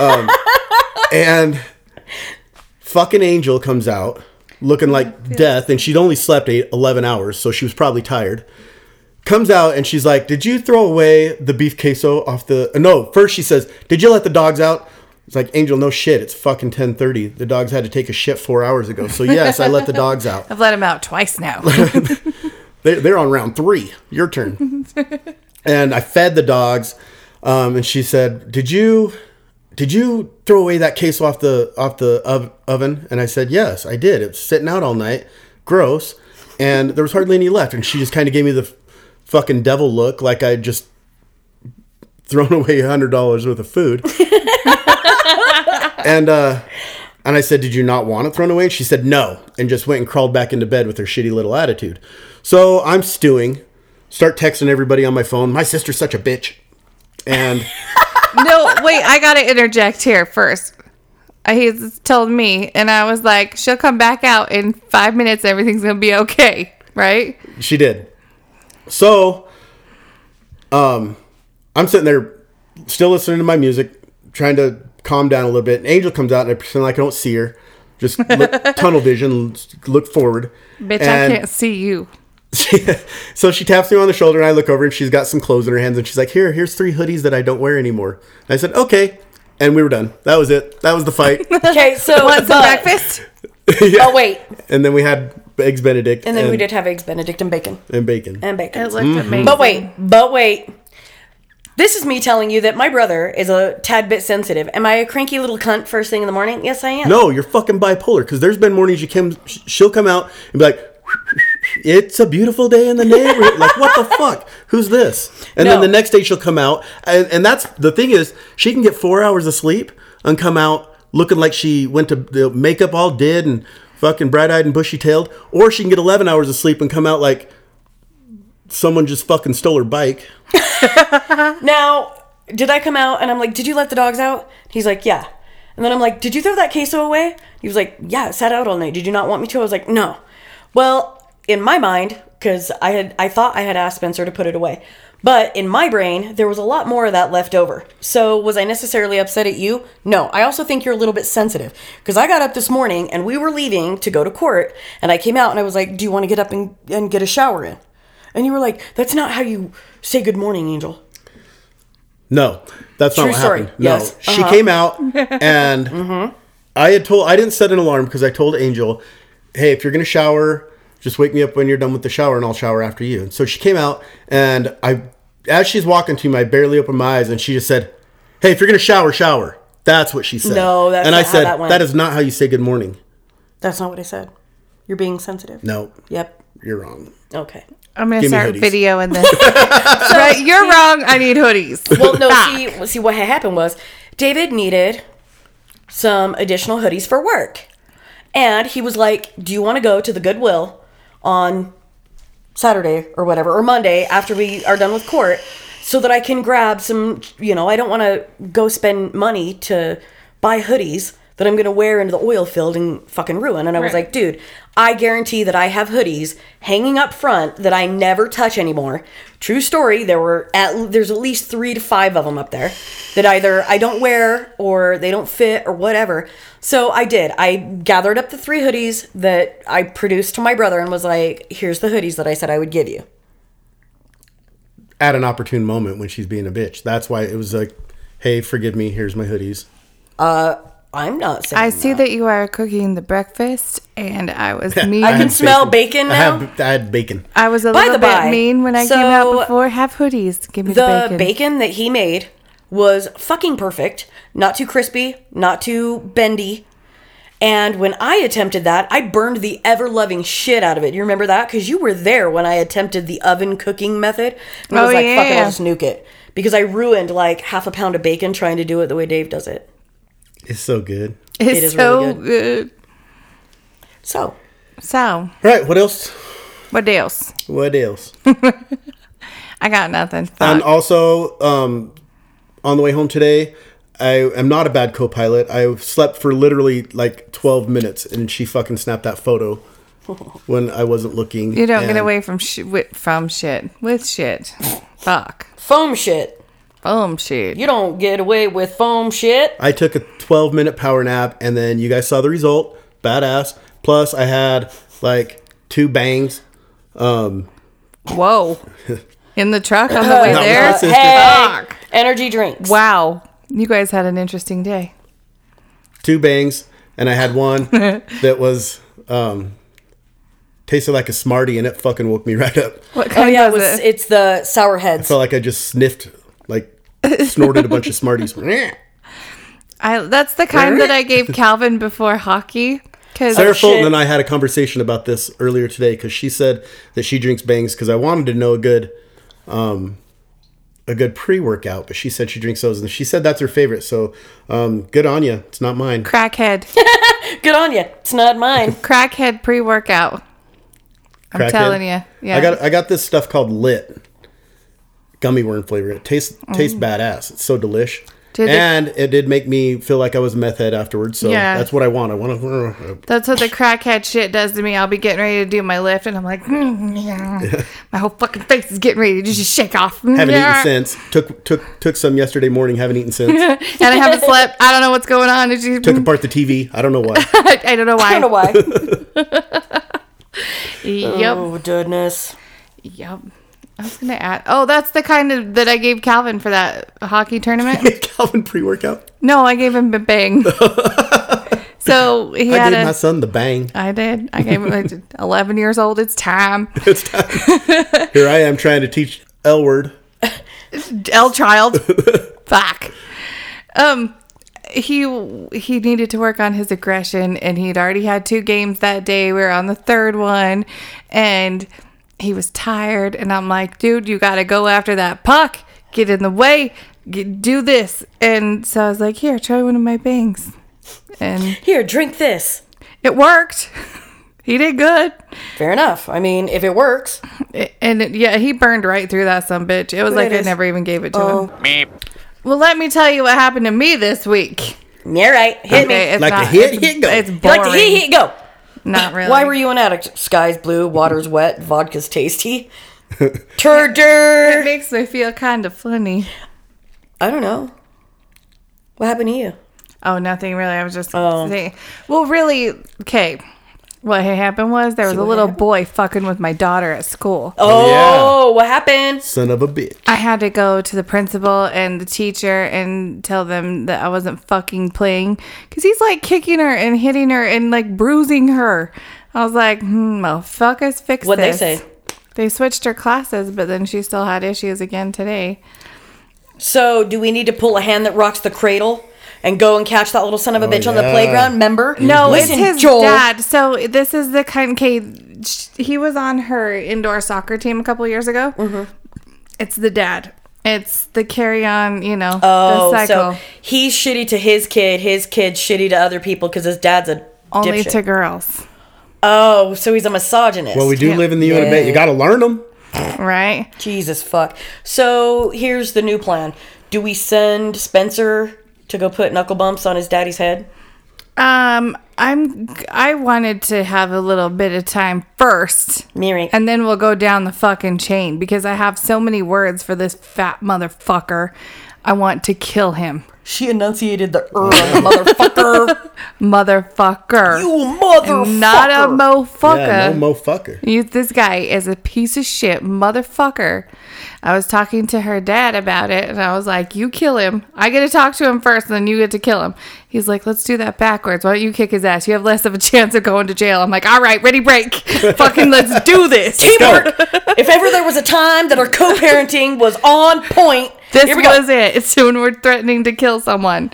Speaker 3: Um, and fucking Angel comes out looking like death and she'd only slept eight, 11 hours, so she was probably tired. Comes out and she's like, "Did you throw away the beef queso off the uh, No, first she says, "Did you let the dogs out?" It's like, "Angel, no shit. It's fucking 10:30. The dogs had to take a shit 4 hours ago." So yes, I let the dogs out.
Speaker 2: I've let him out twice now.
Speaker 3: They, they're on round three. Your turn. and I fed the dogs, um, and she said, "Did you, did you throw away that case off the off the ov- oven?" And I said, "Yes, I did. It was sitting out all night. Gross." And there was hardly any left. And she just kind of gave me the f- fucking devil look, like I had just thrown away a hundred dollars worth of food. and uh, and I said, "Did you not want it thrown away?" And she said, "No," and just went and crawled back into bed with her shitty little attitude. So I'm stewing. Start texting everybody on my phone. My sister's such a bitch. And
Speaker 2: no, wait, I gotta interject here first. Uh, He's told me, and I was like, she'll come back out in five minutes. Everything's gonna be okay, right?
Speaker 3: she did. So, um, I'm sitting there, still listening to my music, trying to calm down a little bit. And Angel comes out, and I pretend like I don't see her. Just look, tunnel vision, look forward.
Speaker 2: Bitch,
Speaker 3: And-
Speaker 2: I can't see you.
Speaker 3: so she taps me on the shoulder and I look over and she's got some clothes in her hands and she's like, "Here, here's three hoodies that I don't wear anymore." And I said, "Okay." And we were done. That was it. That was the fight.
Speaker 1: Okay, so
Speaker 2: Want some
Speaker 1: but-
Speaker 2: breakfast?
Speaker 1: Oh wait,
Speaker 3: and then we had eggs benedict
Speaker 1: and then we did have eggs Benedict and bacon
Speaker 3: and bacon.
Speaker 1: and bacon.
Speaker 2: It looked amazing.
Speaker 1: But wait, but wait. This is me telling you that my brother is a tad bit sensitive. Am I a cranky little cunt first thing in the morning? Yes, I am.
Speaker 3: no, you're fucking bipolar because there's been mornings you can she'll come out and be like, "It's a beautiful day in the neighborhood." like, what the fuck? Who's this? And then
Speaker 1: No.
Speaker 3: the next day she'll come out, and, and that's the thing is she can get four hours of sleep and come out looking like she went to the makeup all did and fucking bright eyed and bushy tailed, or she can get eleven hours of sleep and come out like someone just fucking stole her bike.
Speaker 1: Now, did I come out and I'm like, did you let the dogs out? He's like, yeah. And then I'm like, did you throw that queso away? He was like, yeah, it sat out all night. Did you not want me to? I was like, no. Well, in my mind, because I had I thought I had asked Spencer to put it away. But in my brain, there was a lot more of that left over. So was I necessarily upset at you? No. I also think you're a little bit sensitive. Because I got up this morning and we were leaving to go to court. And I came out and I was like, Do you want to get up and, and get a shower in? And you were like, That's not how you say good morning, Angel.
Speaker 3: No, that's not
Speaker 1: True
Speaker 3: what
Speaker 1: story.
Speaker 3: happened.
Speaker 1: Yes. Uh-huh.
Speaker 3: No, she came out and I had told I didn't set an alarm because I told Angel, "Hey, if you're gonna shower, just wake me up when you're done with the shower, and I'll shower after you." And so she came out, and I, as she's walking to me, I barely opened my eyes, and she just said, "Hey, if you're gonna shower, shower." That's what she said.
Speaker 1: No, that's
Speaker 3: and I
Speaker 1: not how
Speaker 3: said
Speaker 1: that went.
Speaker 3: that is not how you say good morning.
Speaker 1: That's not what I said. You're being sensitive.
Speaker 3: No,
Speaker 1: Yep.
Speaker 3: you're wrong.
Speaker 1: Okay.
Speaker 2: I'm gonna
Speaker 3: Give me
Speaker 2: start
Speaker 3: hoodies.
Speaker 2: videoing this. right, you're wrong. I need hoodies.
Speaker 1: Well, no. see, see what had happened was David needed some additional hoodies for work, and he was like, "Do you want to go to the Goodwill on Saturday or whatever, or Monday after we are done with court, so that I can grab some? You know, I don't want to go spend money to buy hoodies." That I'm gonna wear into the oil field and fucking ruin. And I was
Speaker 2: Right.
Speaker 1: like, dude, I guarantee that I have hoodies hanging up front that I never touch anymore. True story. There were at there's at least three to five of them up there that either I don't wear or they don't fit or whatever. So I did. I gathered up the three hoodies that I produced to my brother and was like, "Here's the hoodies that I said I would give you."
Speaker 3: At an opportune moment when she's being a bitch, that's why it was like, "Hey, forgive me. Here's my hoodies."
Speaker 1: I'm not saying
Speaker 2: I see that you are cooking the breakfast, and I was mean.
Speaker 1: I can smell bacon
Speaker 3: I
Speaker 1: now?
Speaker 3: have- I had bacon.
Speaker 2: I was a
Speaker 1: By
Speaker 2: little
Speaker 1: the
Speaker 2: bit
Speaker 1: by,
Speaker 2: mean when I
Speaker 1: so
Speaker 2: came out before. Have hoodies. Give me the,
Speaker 1: the
Speaker 2: bacon.
Speaker 1: bacon. that he made was fucking perfect. Not too crispy, not too bendy. And when I attempted that, I burned the ever loving shit out of it. You remember that? Because you were there when I attempted the oven cooking method. And I was
Speaker 2: Oh,
Speaker 1: like, fuck it,
Speaker 2: yeah.
Speaker 1: I'll just nuke it. Because I ruined like half a pound of bacon trying to do it the way Dave does it.
Speaker 3: It's so good.
Speaker 2: It's
Speaker 1: is
Speaker 2: so
Speaker 1: really
Speaker 2: good.
Speaker 1: So,
Speaker 2: So,
Speaker 3: All right, what else?
Speaker 2: what else?
Speaker 3: What else?
Speaker 2: I got nothing.
Speaker 3: and
Speaker 2: Fuck.
Speaker 3: also, um, on the way home today, I am not a bad co-pilot. I slept for literally like 12 minutes, and she fucking snapped that photo when I wasn't looking.
Speaker 2: You don't get
Speaker 3: and-
Speaker 2: away from sh- wi- from shit with shit. Fuck.
Speaker 1: Foam shit.
Speaker 2: Boom shit.
Speaker 1: You don't get away with foam shit.
Speaker 3: I took a 12 minute power nap, and then you guys saw the result. Badass. Plus, I had like two bangs. Um,
Speaker 2: Whoa. In the truck on the way
Speaker 3: Not
Speaker 2: there.
Speaker 3: my sister.
Speaker 1: Hey,
Speaker 2: Fuck.
Speaker 1: energy drinks.
Speaker 2: Wow. You guys had an interesting day.
Speaker 3: two bangs, and I had one that was um, tasted like a Smartie, and it fucking woke me right up.
Speaker 2: What kind
Speaker 1: Oh yeah, it
Speaker 2: was
Speaker 1: was, it's the sour heads.
Speaker 3: Felt like I just sniffed, like snorted a bunch of
Speaker 2: Oh,
Speaker 3: Smarties.
Speaker 2: I, that's the kind that I gave Calvin before hockey. Cause
Speaker 3: Sarah
Speaker 1: shit.
Speaker 3: Fulton and I had a conversation about this earlier today because she said that she drinks bangs because I wanted to know a good, um, a good pre-workout, but she said she drinks those and she said that's her favorite. So, um, good on you. It's not mine.
Speaker 2: crackhead,
Speaker 1: Good on you. It's not mine.
Speaker 2: crackhead pre-workout. I'm
Speaker 3: Crackhead.
Speaker 2: telling you. Yeah.
Speaker 3: I got I got this stuff called Lit, gummy worm flavor. It tastes
Speaker 2: Mm.
Speaker 3: tastes badass. It's so delish.
Speaker 2: Did it-
Speaker 3: and it, did make me feel like I was a meth head afterwards. So
Speaker 2: Yeah.
Speaker 3: that's what I want. I uh, want to.
Speaker 2: That's what the crackhead shit does to me. I'll be getting ready to do my lift, and I'm like, mm, yeah. my whole fucking face is getting ready to just shake off.
Speaker 3: Haven't
Speaker 2: Yeah.
Speaker 3: eaten since. Took took took some yesterday morning. Haven't eaten since.
Speaker 2: and I haven't slept. I don't know what's going on. It's just-
Speaker 3: Took apart the TV. I don't know why.
Speaker 2: I don't know why.
Speaker 1: I don't know why.
Speaker 2: Yep.
Speaker 1: Oh goodness.
Speaker 2: Yep. I was gonna add. Oh, that's the kind of that I gave Calvin for that hockey tournament.
Speaker 3: Calvin pre-workout.
Speaker 2: no, I gave him a bang. so he
Speaker 3: I
Speaker 2: had
Speaker 3: gave
Speaker 2: a.
Speaker 3: my son the bang.
Speaker 2: I did. I gave him like 11 years old. It's time.
Speaker 3: It's time. Here I am trying to teach L word.
Speaker 2: L child. Fuck. Um he he needed to work on his aggression and he'd already had two games that day. We were on the third one and he was tired and I'm like, "Dude, you got to go after that puck. Get in the way. Get, do this." And so I was like, "Here, try one of my bangs." And
Speaker 1: Here, drink this.
Speaker 2: it worked. he did good.
Speaker 1: Fair enough. I mean, if it works,
Speaker 2: And it- yeah, he burned right through that some bitch. It was like
Speaker 1: it
Speaker 2: I
Speaker 1: is.
Speaker 2: never even gave it to
Speaker 1: Oh. Mm-hmm.
Speaker 2: him. Well, let me tell you what happened to me this week.
Speaker 1: you're right. Hit me.
Speaker 2: Okay, it's
Speaker 3: Like
Speaker 2: not,
Speaker 3: a hit,
Speaker 2: it's,
Speaker 3: hit go.
Speaker 2: It's
Speaker 1: You
Speaker 2: boring.
Speaker 1: like to heat, heat, go.
Speaker 2: Not really.
Speaker 1: Why were you an addict? Sky's blue, water's wet, vodka's tasty. Turder.
Speaker 2: It makes me feel kind of funny.
Speaker 1: I don't know. What happened to you?
Speaker 2: Oh, nothing really. I was just
Speaker 3: Oh.
Speaker 2: saying. Well, really, okay. What had happened was there was a little boy fucking with my daughter at school.
Speaker 1: Oh, what happened?
Speaker 3: Son of a bitch.
Speaker 2: I had to go to the principal and the teacher and tell them that I wasn't fucking playing because he's like kicking her and hitting her and like bruising her. I was like, hmm, motherfuckers, fix
Speaker 1: What'd they
Speaker 2: this.
Speaker 1: say?
Speaker 2: They switched her classes, but then she still had issues again today.
Speaker 1: So, do we need to pull a hand that rocks the cradle and go and catch that little son of a bitch on the
Speaker 3: yeah.
Speaker 1: playground? Remember?
Speaker 2: No,
Speaker 1: Listen,
Speaker 2: it's his
Speaker 1: Joel.
Speaker 2: dad. So this is the kind. Okay, sh- he was on her indoor soccer team a couple years ago.
Speaker 1: Mm-hmm.
Speaker 2: It's the dad. It's the carry on. You know,
Speaker 1: Oh,
Speaker 2: the cycle
Speaker 1: so he's shitty to his kid. His kid's shitty to other people because his dad's a
Speaker 2: only
Speaker 1: dipshit.
Speaker 2: to girls,
Speaker 1: Oh, so he's a misogynist.
Speaker 3: Well, we do
Speaker 2: Yeah.
Speaker 3: live in the UN. Bay. You got to learn them.
Speaker 2: right?
Speaker 1: Jesus fuck. So here's the new plan. Do we send Spencer to go put knuckle bumps on his daddy's head?
Speaker 2: Um, I'm. I wanted to have a little bit of time first.
Speaker 1: Mary.
Speaker 2: And then we'll go down the fucking chain because I have so many words for this fat motherfucker. I want to kill him.
Speaker 1: she enunciated the er on the motherfucker.
Speaker 2: Motherfucker.
Speaker 1: you motherfucker.
Speaker 2: Not a mofucker.
Speaker 3: Yeah, no mofucker.
Speaker 2: You, this guy is a piece of shit, motherfucker. I was talking to her dad about it, and I was like, "You kill him. I get to talk to him first, and then you get to kill him." He's like, "Let's do that backwards. Why don't you kick his ass? You have less of a chance of going to jail." I'm like, "All right, ready, break. Fucking let's do this."
Speaker 1: Teamwork. if ever there was a time that our co-parenting was on point,
Speaker 2: This
Speaker 1: here we
Speaker 2: was
Speaker 1: go.
Speaker 2: it. It's when we're threatening to kill someone.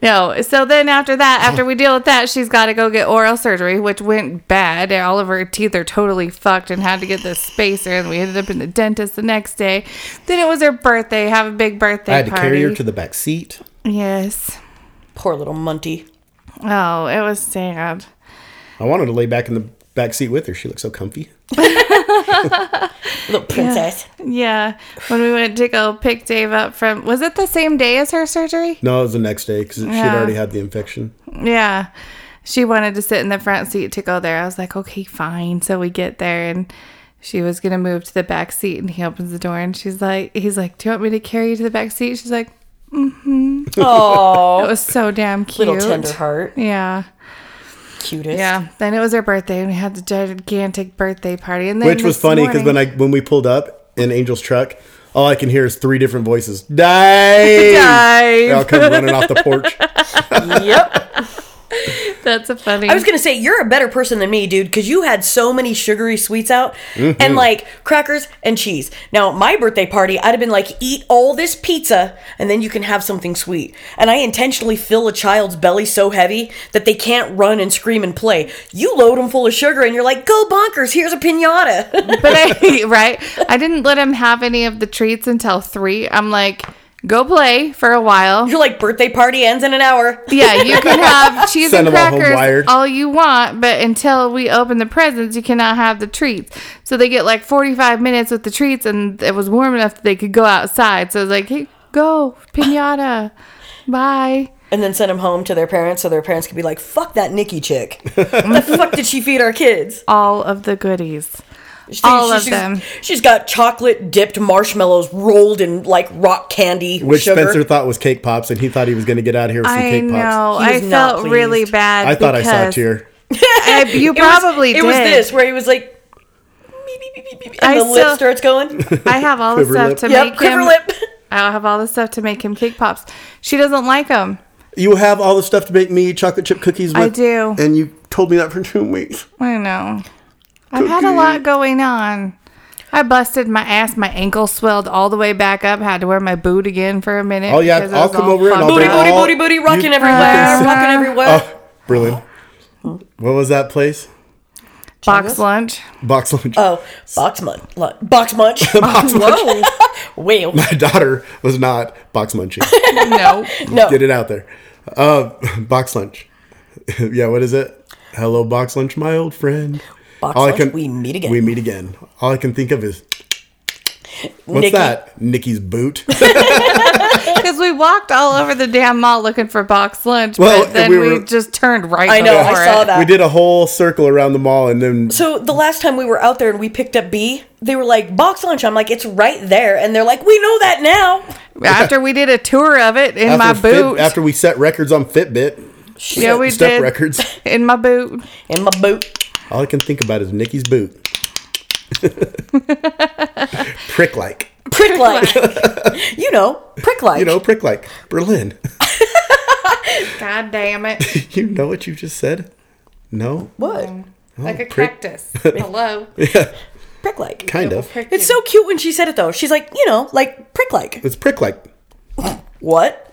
Speaker 2: No. So then after that, after we deal with that, she's got to go get oral surgery, which went bad. and All of her teeth are totally fucked and had to get this spacer. And we ended up in the dentist the next day. Then it was her birthday. Have a big birthday
Speaker 3: I had to
Speaker 2: party.
Speaker 3: carry her to the back seat.
Speaker 2: yes.
Speaker 1: Poor little Munty.
Speaker 2: Oh, it was sad.
Speaker 3: I wanted to lay back in the back seat with her. She looked so comfy.
Speaker 1: Little princess.
Speaker 2: Yeah. When we went to go pick Dave up from, was it the same day as her surgery?
Speaker 3: No, it was the next day because she
Speaker 2: Yeah.
Speaker 3: had already had the infection.
Speaker 2: Yeah. she wanted to sit in the front seat to go there. I was like, okay, fine. So we get there and she was gonna move to the back seat and he opens the door and she's like he's like, Do you want me to carry you to the back seat? She's like, It
Speaker 1: Oh,
Speaker 2: was so damn cute.
Speaker 1: little tender heart,
Speaker 2: Yeah.
Speaker 1: cutest.
Speaker 2: Yeah. Then it was her birthday and we had the gigantic birthday party. And then
Speaker 3: Which was
Speaker 2: this
Speaker 3: funny because when
Speaker 2: morning-
Speaker 3: I when we pulled up in Angel's truck, all I can hear is three different voices. Dave,
Speaker 2: Dave.
Speaker 3: They all come running off the porch.
Speaker 1: Yep.
Speaker 2: That's a funny
Speaker 1: I was gonna say you're a better person than me, dude, because you had so many sugary sweets out and like crackers and cheese. Now my birthday party, I'd have been like, eat all this pizza and then you can have something sweet. And I intentionally fill a child's belly so heavy that they can't run and scream and play. You load them full of sugar and you're like, go bonkers! Here's a pinata.
Speaker 2: but I right, I didn't let him have any of the treats until three. I'm like, go play for a while.
Speaker 1: you're like, birthday party ends in an hour.
Speaker 2: Yeah, you can have cheese
Speaker 3: Send
Speaker 2: and
Speaker 3: them all home
Speaker 2: crackers
Speaker 3: wired.
Speaker 2: all you want, but until we open the presents, you cannot have the treats. So they get like 45 minutes with the treats, and it was warm enough that they could go outside. So I was like, hey, go pinata, bye.
Speaker 1: And then send them home to their parents so their parents could be like, fuck that Nikki chick. the fuck did she feed our kids?
Speaker 2: All of the goodies.
Speaker 1: She-
Speaker 2: All
Speaker 1: she-
Speaker 2: of
Speaker 1: she's-
Speaker 2: them.
Speaker 1: She's got chocolate dipped marshmallows rolled in like rock candy
Speaker 3: Which
Speaker 1: sugar.
Speaker 3: Spencer thought was cake pops, and he thought he was going to get out of here with some
Speaker 2: I
Speaker 3: cake pops.
Speaker 2: know.
Speaker 1: He
Speaker 2: I
Speaker 1: was not
Speaker 2: felt really
Speaker 1: pleased.
Speaker 2: bad.
Speaker 3: I thought I saw a
Speaker 2: because-
Speaker 3: tear.
Speaker 2: I- you
Speaker 1: It was-
Speaker 2: probably
Speaker 1: it
Speaker 2: did.
Speaker 1: was this where he was like, "Meep, meep, meep, meep, meep," and
Speaker 2: I
Speaker 1: the lip
Speaker 2: still-
Speaker 1: starts going.
Speaker 2: I have all the
Speaker 3: Quiver
Speaker 2: stuff
Speaker 3: lip.
Speaker 2: to
Speaker 1: Yep,
Speaker 2: make
Speaker 1: quiver
Speaker 2: him.
Speaker 1: lip.
Speaker 2: I have all the stuff to make him cake pops. She doesn't like them.
Speaker 3: You have all the stuff to make me chocolate chip cookies with.
Speaker 2: I do.
Speaker 3: And you told me that for two weeks.
Speaker 2: I know. I've had a lot going on. I busted my ass. My ankle swelled all the way back up. Had to wear my boot again for a minute.
Speaker 3: Oh, yeah,
Speaker 2: because it
Speaker 3: I'll
Speaker 2: was
Speaker 3: come
Speaker 2: all
Speaker 3: over and
Speaker 2: fucked
Speaker 3: I'll
Speaker 1: booty,
Speaker 3: do
Speaker 2: up.
Speaker 1: booty,
Speaker 3: all-
Speaker 1: booty, booty, rocking
Speaker 3: you-
Speaker 1: everywhere,
Speaker 2: Uh,
Speaker 1: rocking everywhere.
Speaker 3: Oh, brilliant. What was that place?
Speaker 2: Box lunch.
Speaker 3: Box lunch.
Speaker 1: oh, box munch, lu- box munch.
Speaker 3: Box munch.
Speaker 1: Whale.
Speaker 3: My daughter was not box munching.
Speaker 2: no.
Speaker 1: No.
Speaker 3: Get it out there. Uh, box lunch. yeah, what is it? Hello, box lunch, my old friend.
Speaker 1: Box lunch, we meet again.
Speaker 3: We meet again. All I can think of is what's
Speaker 1: Nikki.
Speaker 3: that? Nikki's boot.
Speaker 2: Because we walked all over the damn mall looking for box lunch.
Speaker 3: Well,
Speaker 2: but then
Speaker 3: we
Speaker 2: we,
Speaker 3: were-
Speaker 2: just turned right
Speaker 1: I know. I
Speaker 2: before
Speaker 1: saw
Speaker 2: it.
Speaker 1: that.
Speaker 3: we did a whole circle around the mall, and then
Speaker 1: So the last time we were out there and we picked up B, they were like box lunch. I'm like, it's right there, and they're like, we know that now.
Speaker 2: After we did a tour of it in my
Speaker 3: after Fit-
Speaker 2: boot.
Speaker 3: after we set records on Fitbit,
Speaker 2: yeah, we
Speaker 3: step
Speaker 2: did.
Speaker 3: records.
Speaker 2: In my boot.
Speaker 1: In my boot.
Speaker 3: All I can think about is Nikki's boot. prick like.
Speaker 1: Prick like. you know, prick like.
Speaker 3: You know, prick like. Berlin.
Speaker 2: God damn it.
Speaker 3: you know what you just said? No?
Speaker 1: what?
Speaker 2: like a
Speaker 3: prick.
Speaker 2: cactus. Hello.
Speaker 1: Prick like.
Speaker 3: Kind of.
Speaker 1: It's so cute when she said it though. She's like, you know, like prick like.
Speaker 3: It's prick like.
Speaker 1: What?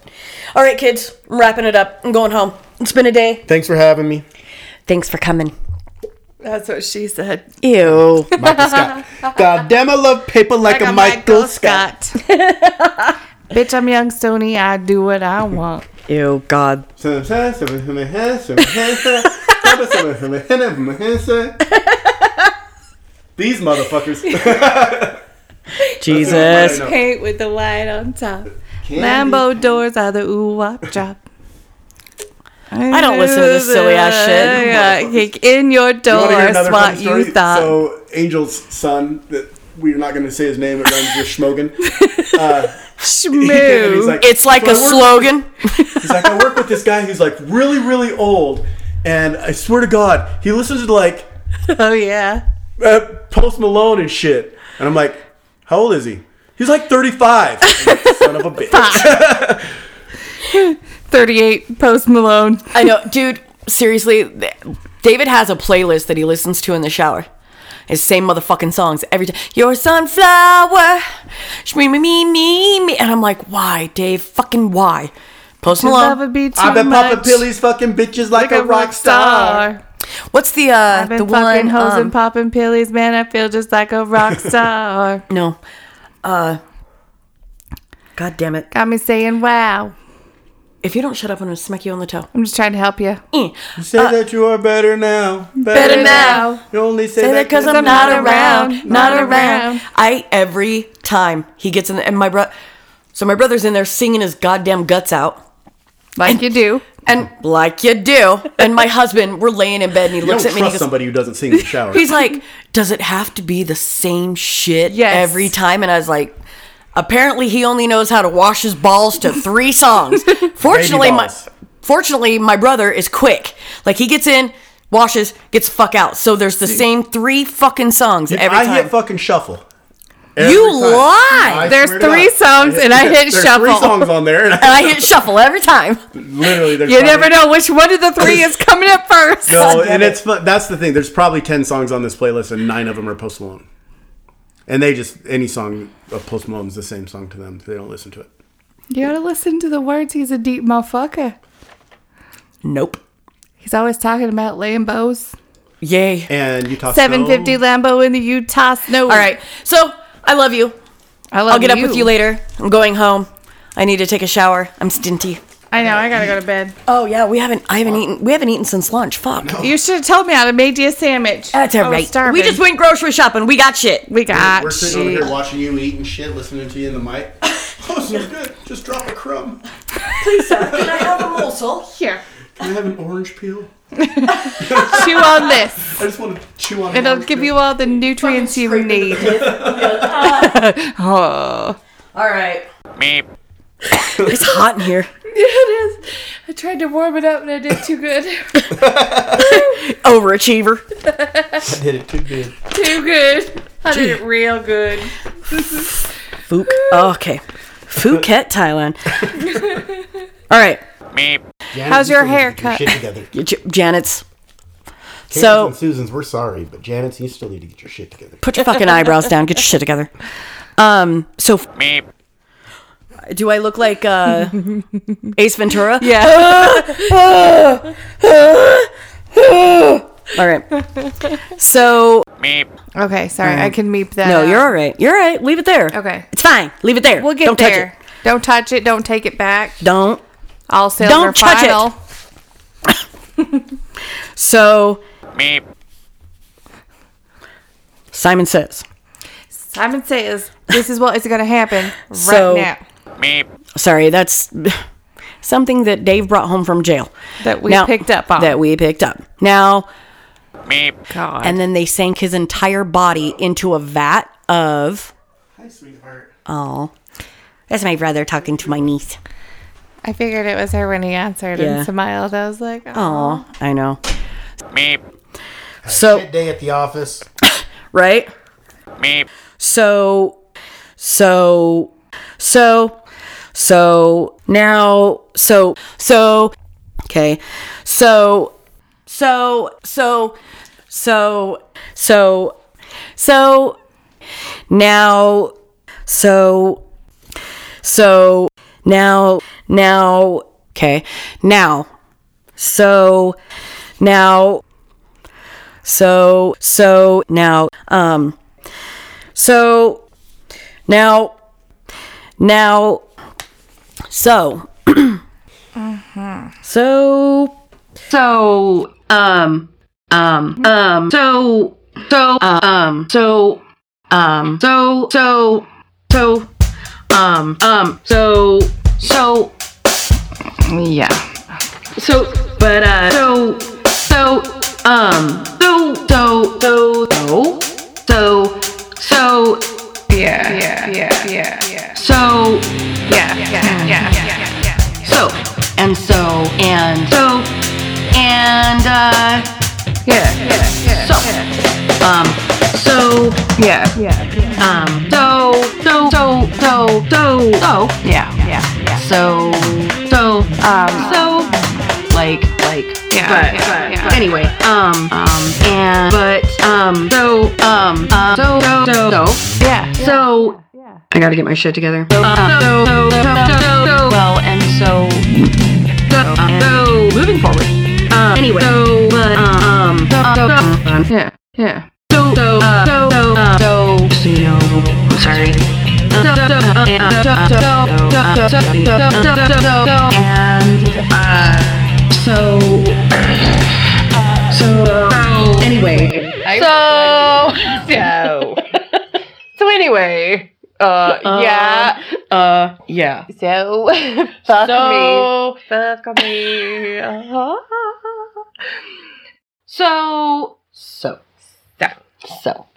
Speaker 1: All right, kids, I'm wrapping it up. I'm going home. It's been a day.
Speaker 3: Thanks for having me.
Speaker 1: Thanks for coming.
Speaker 2: That's what she said.
Speaker 1: Ew.
Speaker 3: Michael Scott. God damn, I love paper like, a Michael, Scott.
Speaker 2: Bitch, I'm young Sony. I do what I want.
Speaker 1: Ew, God.
Speaker 3: These motherfuckers.
Speaker 1: Jesus.
Speaker 2: Paint with the white on top. Lambo doors are the ooh wop drop. I
Speaker 1: don't listen to this silly ass shit.
Speaker 2: Kick in your
Speaker 3: You wanna hear
Speaker 2: door,
Speaker 3: another
Speaker 2: swat
Speaker 3: funny story?
Speaker 2: you thought.
Speaker 3: So Angel's son, that we're not going to say his name. It runs with Schmogen. And he's
Speaker 2: Shmoo.
Speaker 3: like,
Speaker 1: It's like
Speaker 3: "So I
Speaker 1: a
Speaker 3: work-
Speaker 1: slogan.
Speaker 3: He's like, I work with this guy who's like really, really old, and I swear to God, he listens to like
Speaker 2: oh, yeah.
Speaker 3: uh, Post Malone and shit. And I'm like, how old is he? He's like 35. I'm like, Son of a bitch.
Speaker 2: 38 Post Malone.
Speaker 1: I know, dude. Seriously, th- David has a playlist that he listens to in the shower. It's the same motherfucking songs every time. Your sunflower, sh- me me me me me, and I'm like, why, Dave? Fucking why? Post Malone.
Speaker 2: Love would be too
Speaker 3: I've been popping
Speaker 2: much.
Speaker 3: pillies, fucking bitches like, a rock star.
Speaker 1: What's the uh
Speaker 2: I've been
Speaker 1: the
Speaker 2: fucking
Speaker 1: one?
Speaker 2: hoes
Speaker 1: Um,
Speaker 2: and popping pillies, man. I feel just like a rock star.
Speaker 1: no, uh, God damn it!
Speaker 2: Got me saying wow.
Speaker 1: If you don't shut up, I'm gonna smack you on the toe.
Speaker 2: I'm just trying to help you.
Speaker 1: Eh.
Speaker 3: You say that you are better now.
Speaker 1: Better now.
Speaker 3: You only say,
Speaker 1: Say
Speaker 3: that
Speaker 1: that because I'm, not, around, not around. I every time he gets in, the, and my bro, so my brother's in there singing his goddamn guts out,
Speaker 2: like you do.
Speaker 1: And like you do. And my husband, we're laying in bed and he
Speaker 3: You
Speaker 1: looks
Speaker 3: don't
Speaker 1: at me and
Speaker 3: trust
Speaker 1: he goes,
Speaker 3: somebody who doesn't sing in the shower.
Speaker 1: He's like, does it have to be the same shit
Speaker 2: Yes.
Speaker 1: every time? And I was like, apparently he only knows how to wash his balls to three songs. Fortunately, my
Speaker 3: balls.
Speaker 1: fortunately my brother is quick. Like he gets in, washes, gets the fuck out. So there's the same three fucking songs every
Speaker 3: I
Speaker 1: time.
Speaker 3: hit fucking shuffle.
Speaker 1: You
Speaker 3: Every time.
Speaker 1: lie!
Speaker 3: I
Speaker 2: There's
Speaker 3: swear to
Speaker 2: three songs and I hit
Speaker 3: There's
Speaker 2: shuffle.
Speaker 3: Three songs on there, and
Speaker 1: and
Speaker 3: I,
Speaker 1: I hit shuffle every time.
Speaker 3: literally there's
Speaker 2: You
Speaker 3: probably-
Speaker 2: never know which one of the three is coming up first.
Speaker 3: Yo, and it's fun. That's the thing. There's probably ten songs on this playlist, and nine of them are Post Malone. And they just any song of Post Malone is the same song to them. They don't listen to it.
Speaker 2: You gotta listen to the words. He's a deep motherfucker.
Speaker 1: Nope.
Speaker 2: He's always talking about Lambos.
Speaker 1: Yay.
Speaker 3: And you talk
Speaker 2: Seven fifty Lambo in the Utah snow.
Speaker 1: All right. So I love you.
Speaker 2: I love
Speaker 1: I'll get up with you later. I'm going home. I need to take a shower. I'm stinty.
Speaker 2: I know. I gotta go to bed.
Speaker 1: Oh yeah, we haven't. I haven't eaten. We haven't eaten since lunch. Fuck.
Speaker 2: You should have told me I'd have made you a sandwich.
Speaker 1: That's
Speaker 2: I
Speaker 1: all
Speaker 2: was
Speaker 1: right.
Speaker 2: starving.
Speaker 1: We just went grocery shopping. We got shit.
Speaker 2: we got.
Speaker 3: We're sitting over here
Speaker 2: shit.
Speaker 3: watching you eat and shit, listening to you in the mic. Oh, so good. Just drop a crumb.
Speaker 1: Can I have a morsel?
Speaker 2: Here,
Speaker 3: Can I have an orange peel?
Speaker 2: chew on this.
Speaker 3: I just want to chew on. an
Speaker 2: It'll
Speaker 3: orange
Speaker 2: give
Speaker 3: peel.
Speaker 2: you all the nutrients you need.
Speaker 1: All right. it's hot in here.
Speaker 2: it is. I tried to warm it up and I did too good.
Speaker 1: Overachiever.
Speaker 3: Hit it too good.
Speaker 2: too good. I did it real good.
Speaker 1: Phuket. Oh, okay. Phuket, Thailand. All right.
Speaker 3: Janet,
Speaker 2: How's
Speaker 3: you
Speaker 2: your
Speaker 3: still need to
Speaker 2: haircut?
Speaker 3: Get your shit together.
Speaker 1: J- Janet's.
Speaker 3: Katie's
Speaker 1: So-
Speaker 3: and Susan's, we're sorry, but Janet's, you still need to get your shit together.
Speaker 1: Put your fucking eyebrows down. Get your shit together. Um. So. Do I look like uh, Ace Ventura?
Speaker 2: Yeah.
Speaker 1: All right. So
Speaker 2: okay. Sorry. I can meep that.
Speaker 1: Mm. no,
Speaker 2: out.
Speaker 1: you're all right. You're all right. Leave it there.
Speaker 2: Okay.
Speaker 1: It's fine. Leave it there.
Speaker 2: We'll get
Speaker 1: Don't touch
Speaker 2: there. Don't touch it. Don't take it back.
Speaker 1: it. Don't.
Speaker 2: All sales
Speaker 1: Don't
Speaker 2: are
Speaker 1: touch it.
Speaker 2: final.
Speaker 1: So Simon says.
Speaker 2: Simon says this is what is going to happen right
Speaker 1: So-
Speaker 2: now.
Speaker 1: Sorry, that's something that Dave brought home from jail.
Speaker 2: That we picked up on.
Speaker 1: That we picked up. Now,
Speaker 2: God.
Speaker 1: and then they sank his entire body into a vat of.
Speaker 3: Hi, sweetheart.
Speaker 1: Oh, that's my brother talking to my niece.
Speaker 2: I figured it was her when he answered
Speaker 1: Yeah.
Speaker 2: and smiled. I was like, oh.
Speaker 1: Oh, I know. So
Speaker 3: Shit day at the office.
Speaker 1: right? So, so, so, so now, so, so, okay, so, so, so, so, so, so, now, so, so, now, now, okay, now, so, now, so, so, now, um, so now, now, so, so, so, um, um, um, so, so, uh, um, so, um, so, so, so, um, um, so, so,
Speaker 2: Yeah.
Speaker 1: so, but, uh, so, so, um, so, so, so, so, so, so,
Speaker 2: Yeah. Yeah. Yeah. Yeah. Yeah.
Speaker 1: so,
Speaker 2: Yeah. Yeah. Yeah. Yeah. Yeah.
Speaker 1: so and so and so and uh
Speaker 2: Yeah.
Speaker 1: so um so
Speaker 2: Yeah. Yeah.
Speaker 1: um so so so so so so
Speaker 2: Yeah. Yeah. Yeah.
Speaker 1: so so um so like like
Speaker 2: Yeah,
Speaker 1: but,
Speaker 2: yeah,
Speaker 1: but
Speaker 2: yeah.
Speaker 1: anyway um um and but um so um uh, so so so so
Speaker 2: Yeah.
Speaker 1: so I gotta get my shit together. So, um, so, so, so, so, so, well, and so, so, um, so moving forward. Um, anyway, so, but, um, um, so, so, um,
Speaker 2: Yeah. Yeah.
Speaker 1: so, so, uh, so, so, uh, so, just so you know, I'm sorry. So, so, so, uh, and, uh, so, so, so, so, so, so, so, so, so, so, and, uh, so, uh, so, uh, anyway.
Speaker 2: So, so. so anyway, uh, yeah,
Speaker 5: Uh, yeah.
Speaker 1: So, fuck me.
Speaker 5: so,
Speaker 1: Fuck me.
Speaker 5: so,
Speaker 1: So,
Speaker 5: so,
Speaker 1: so.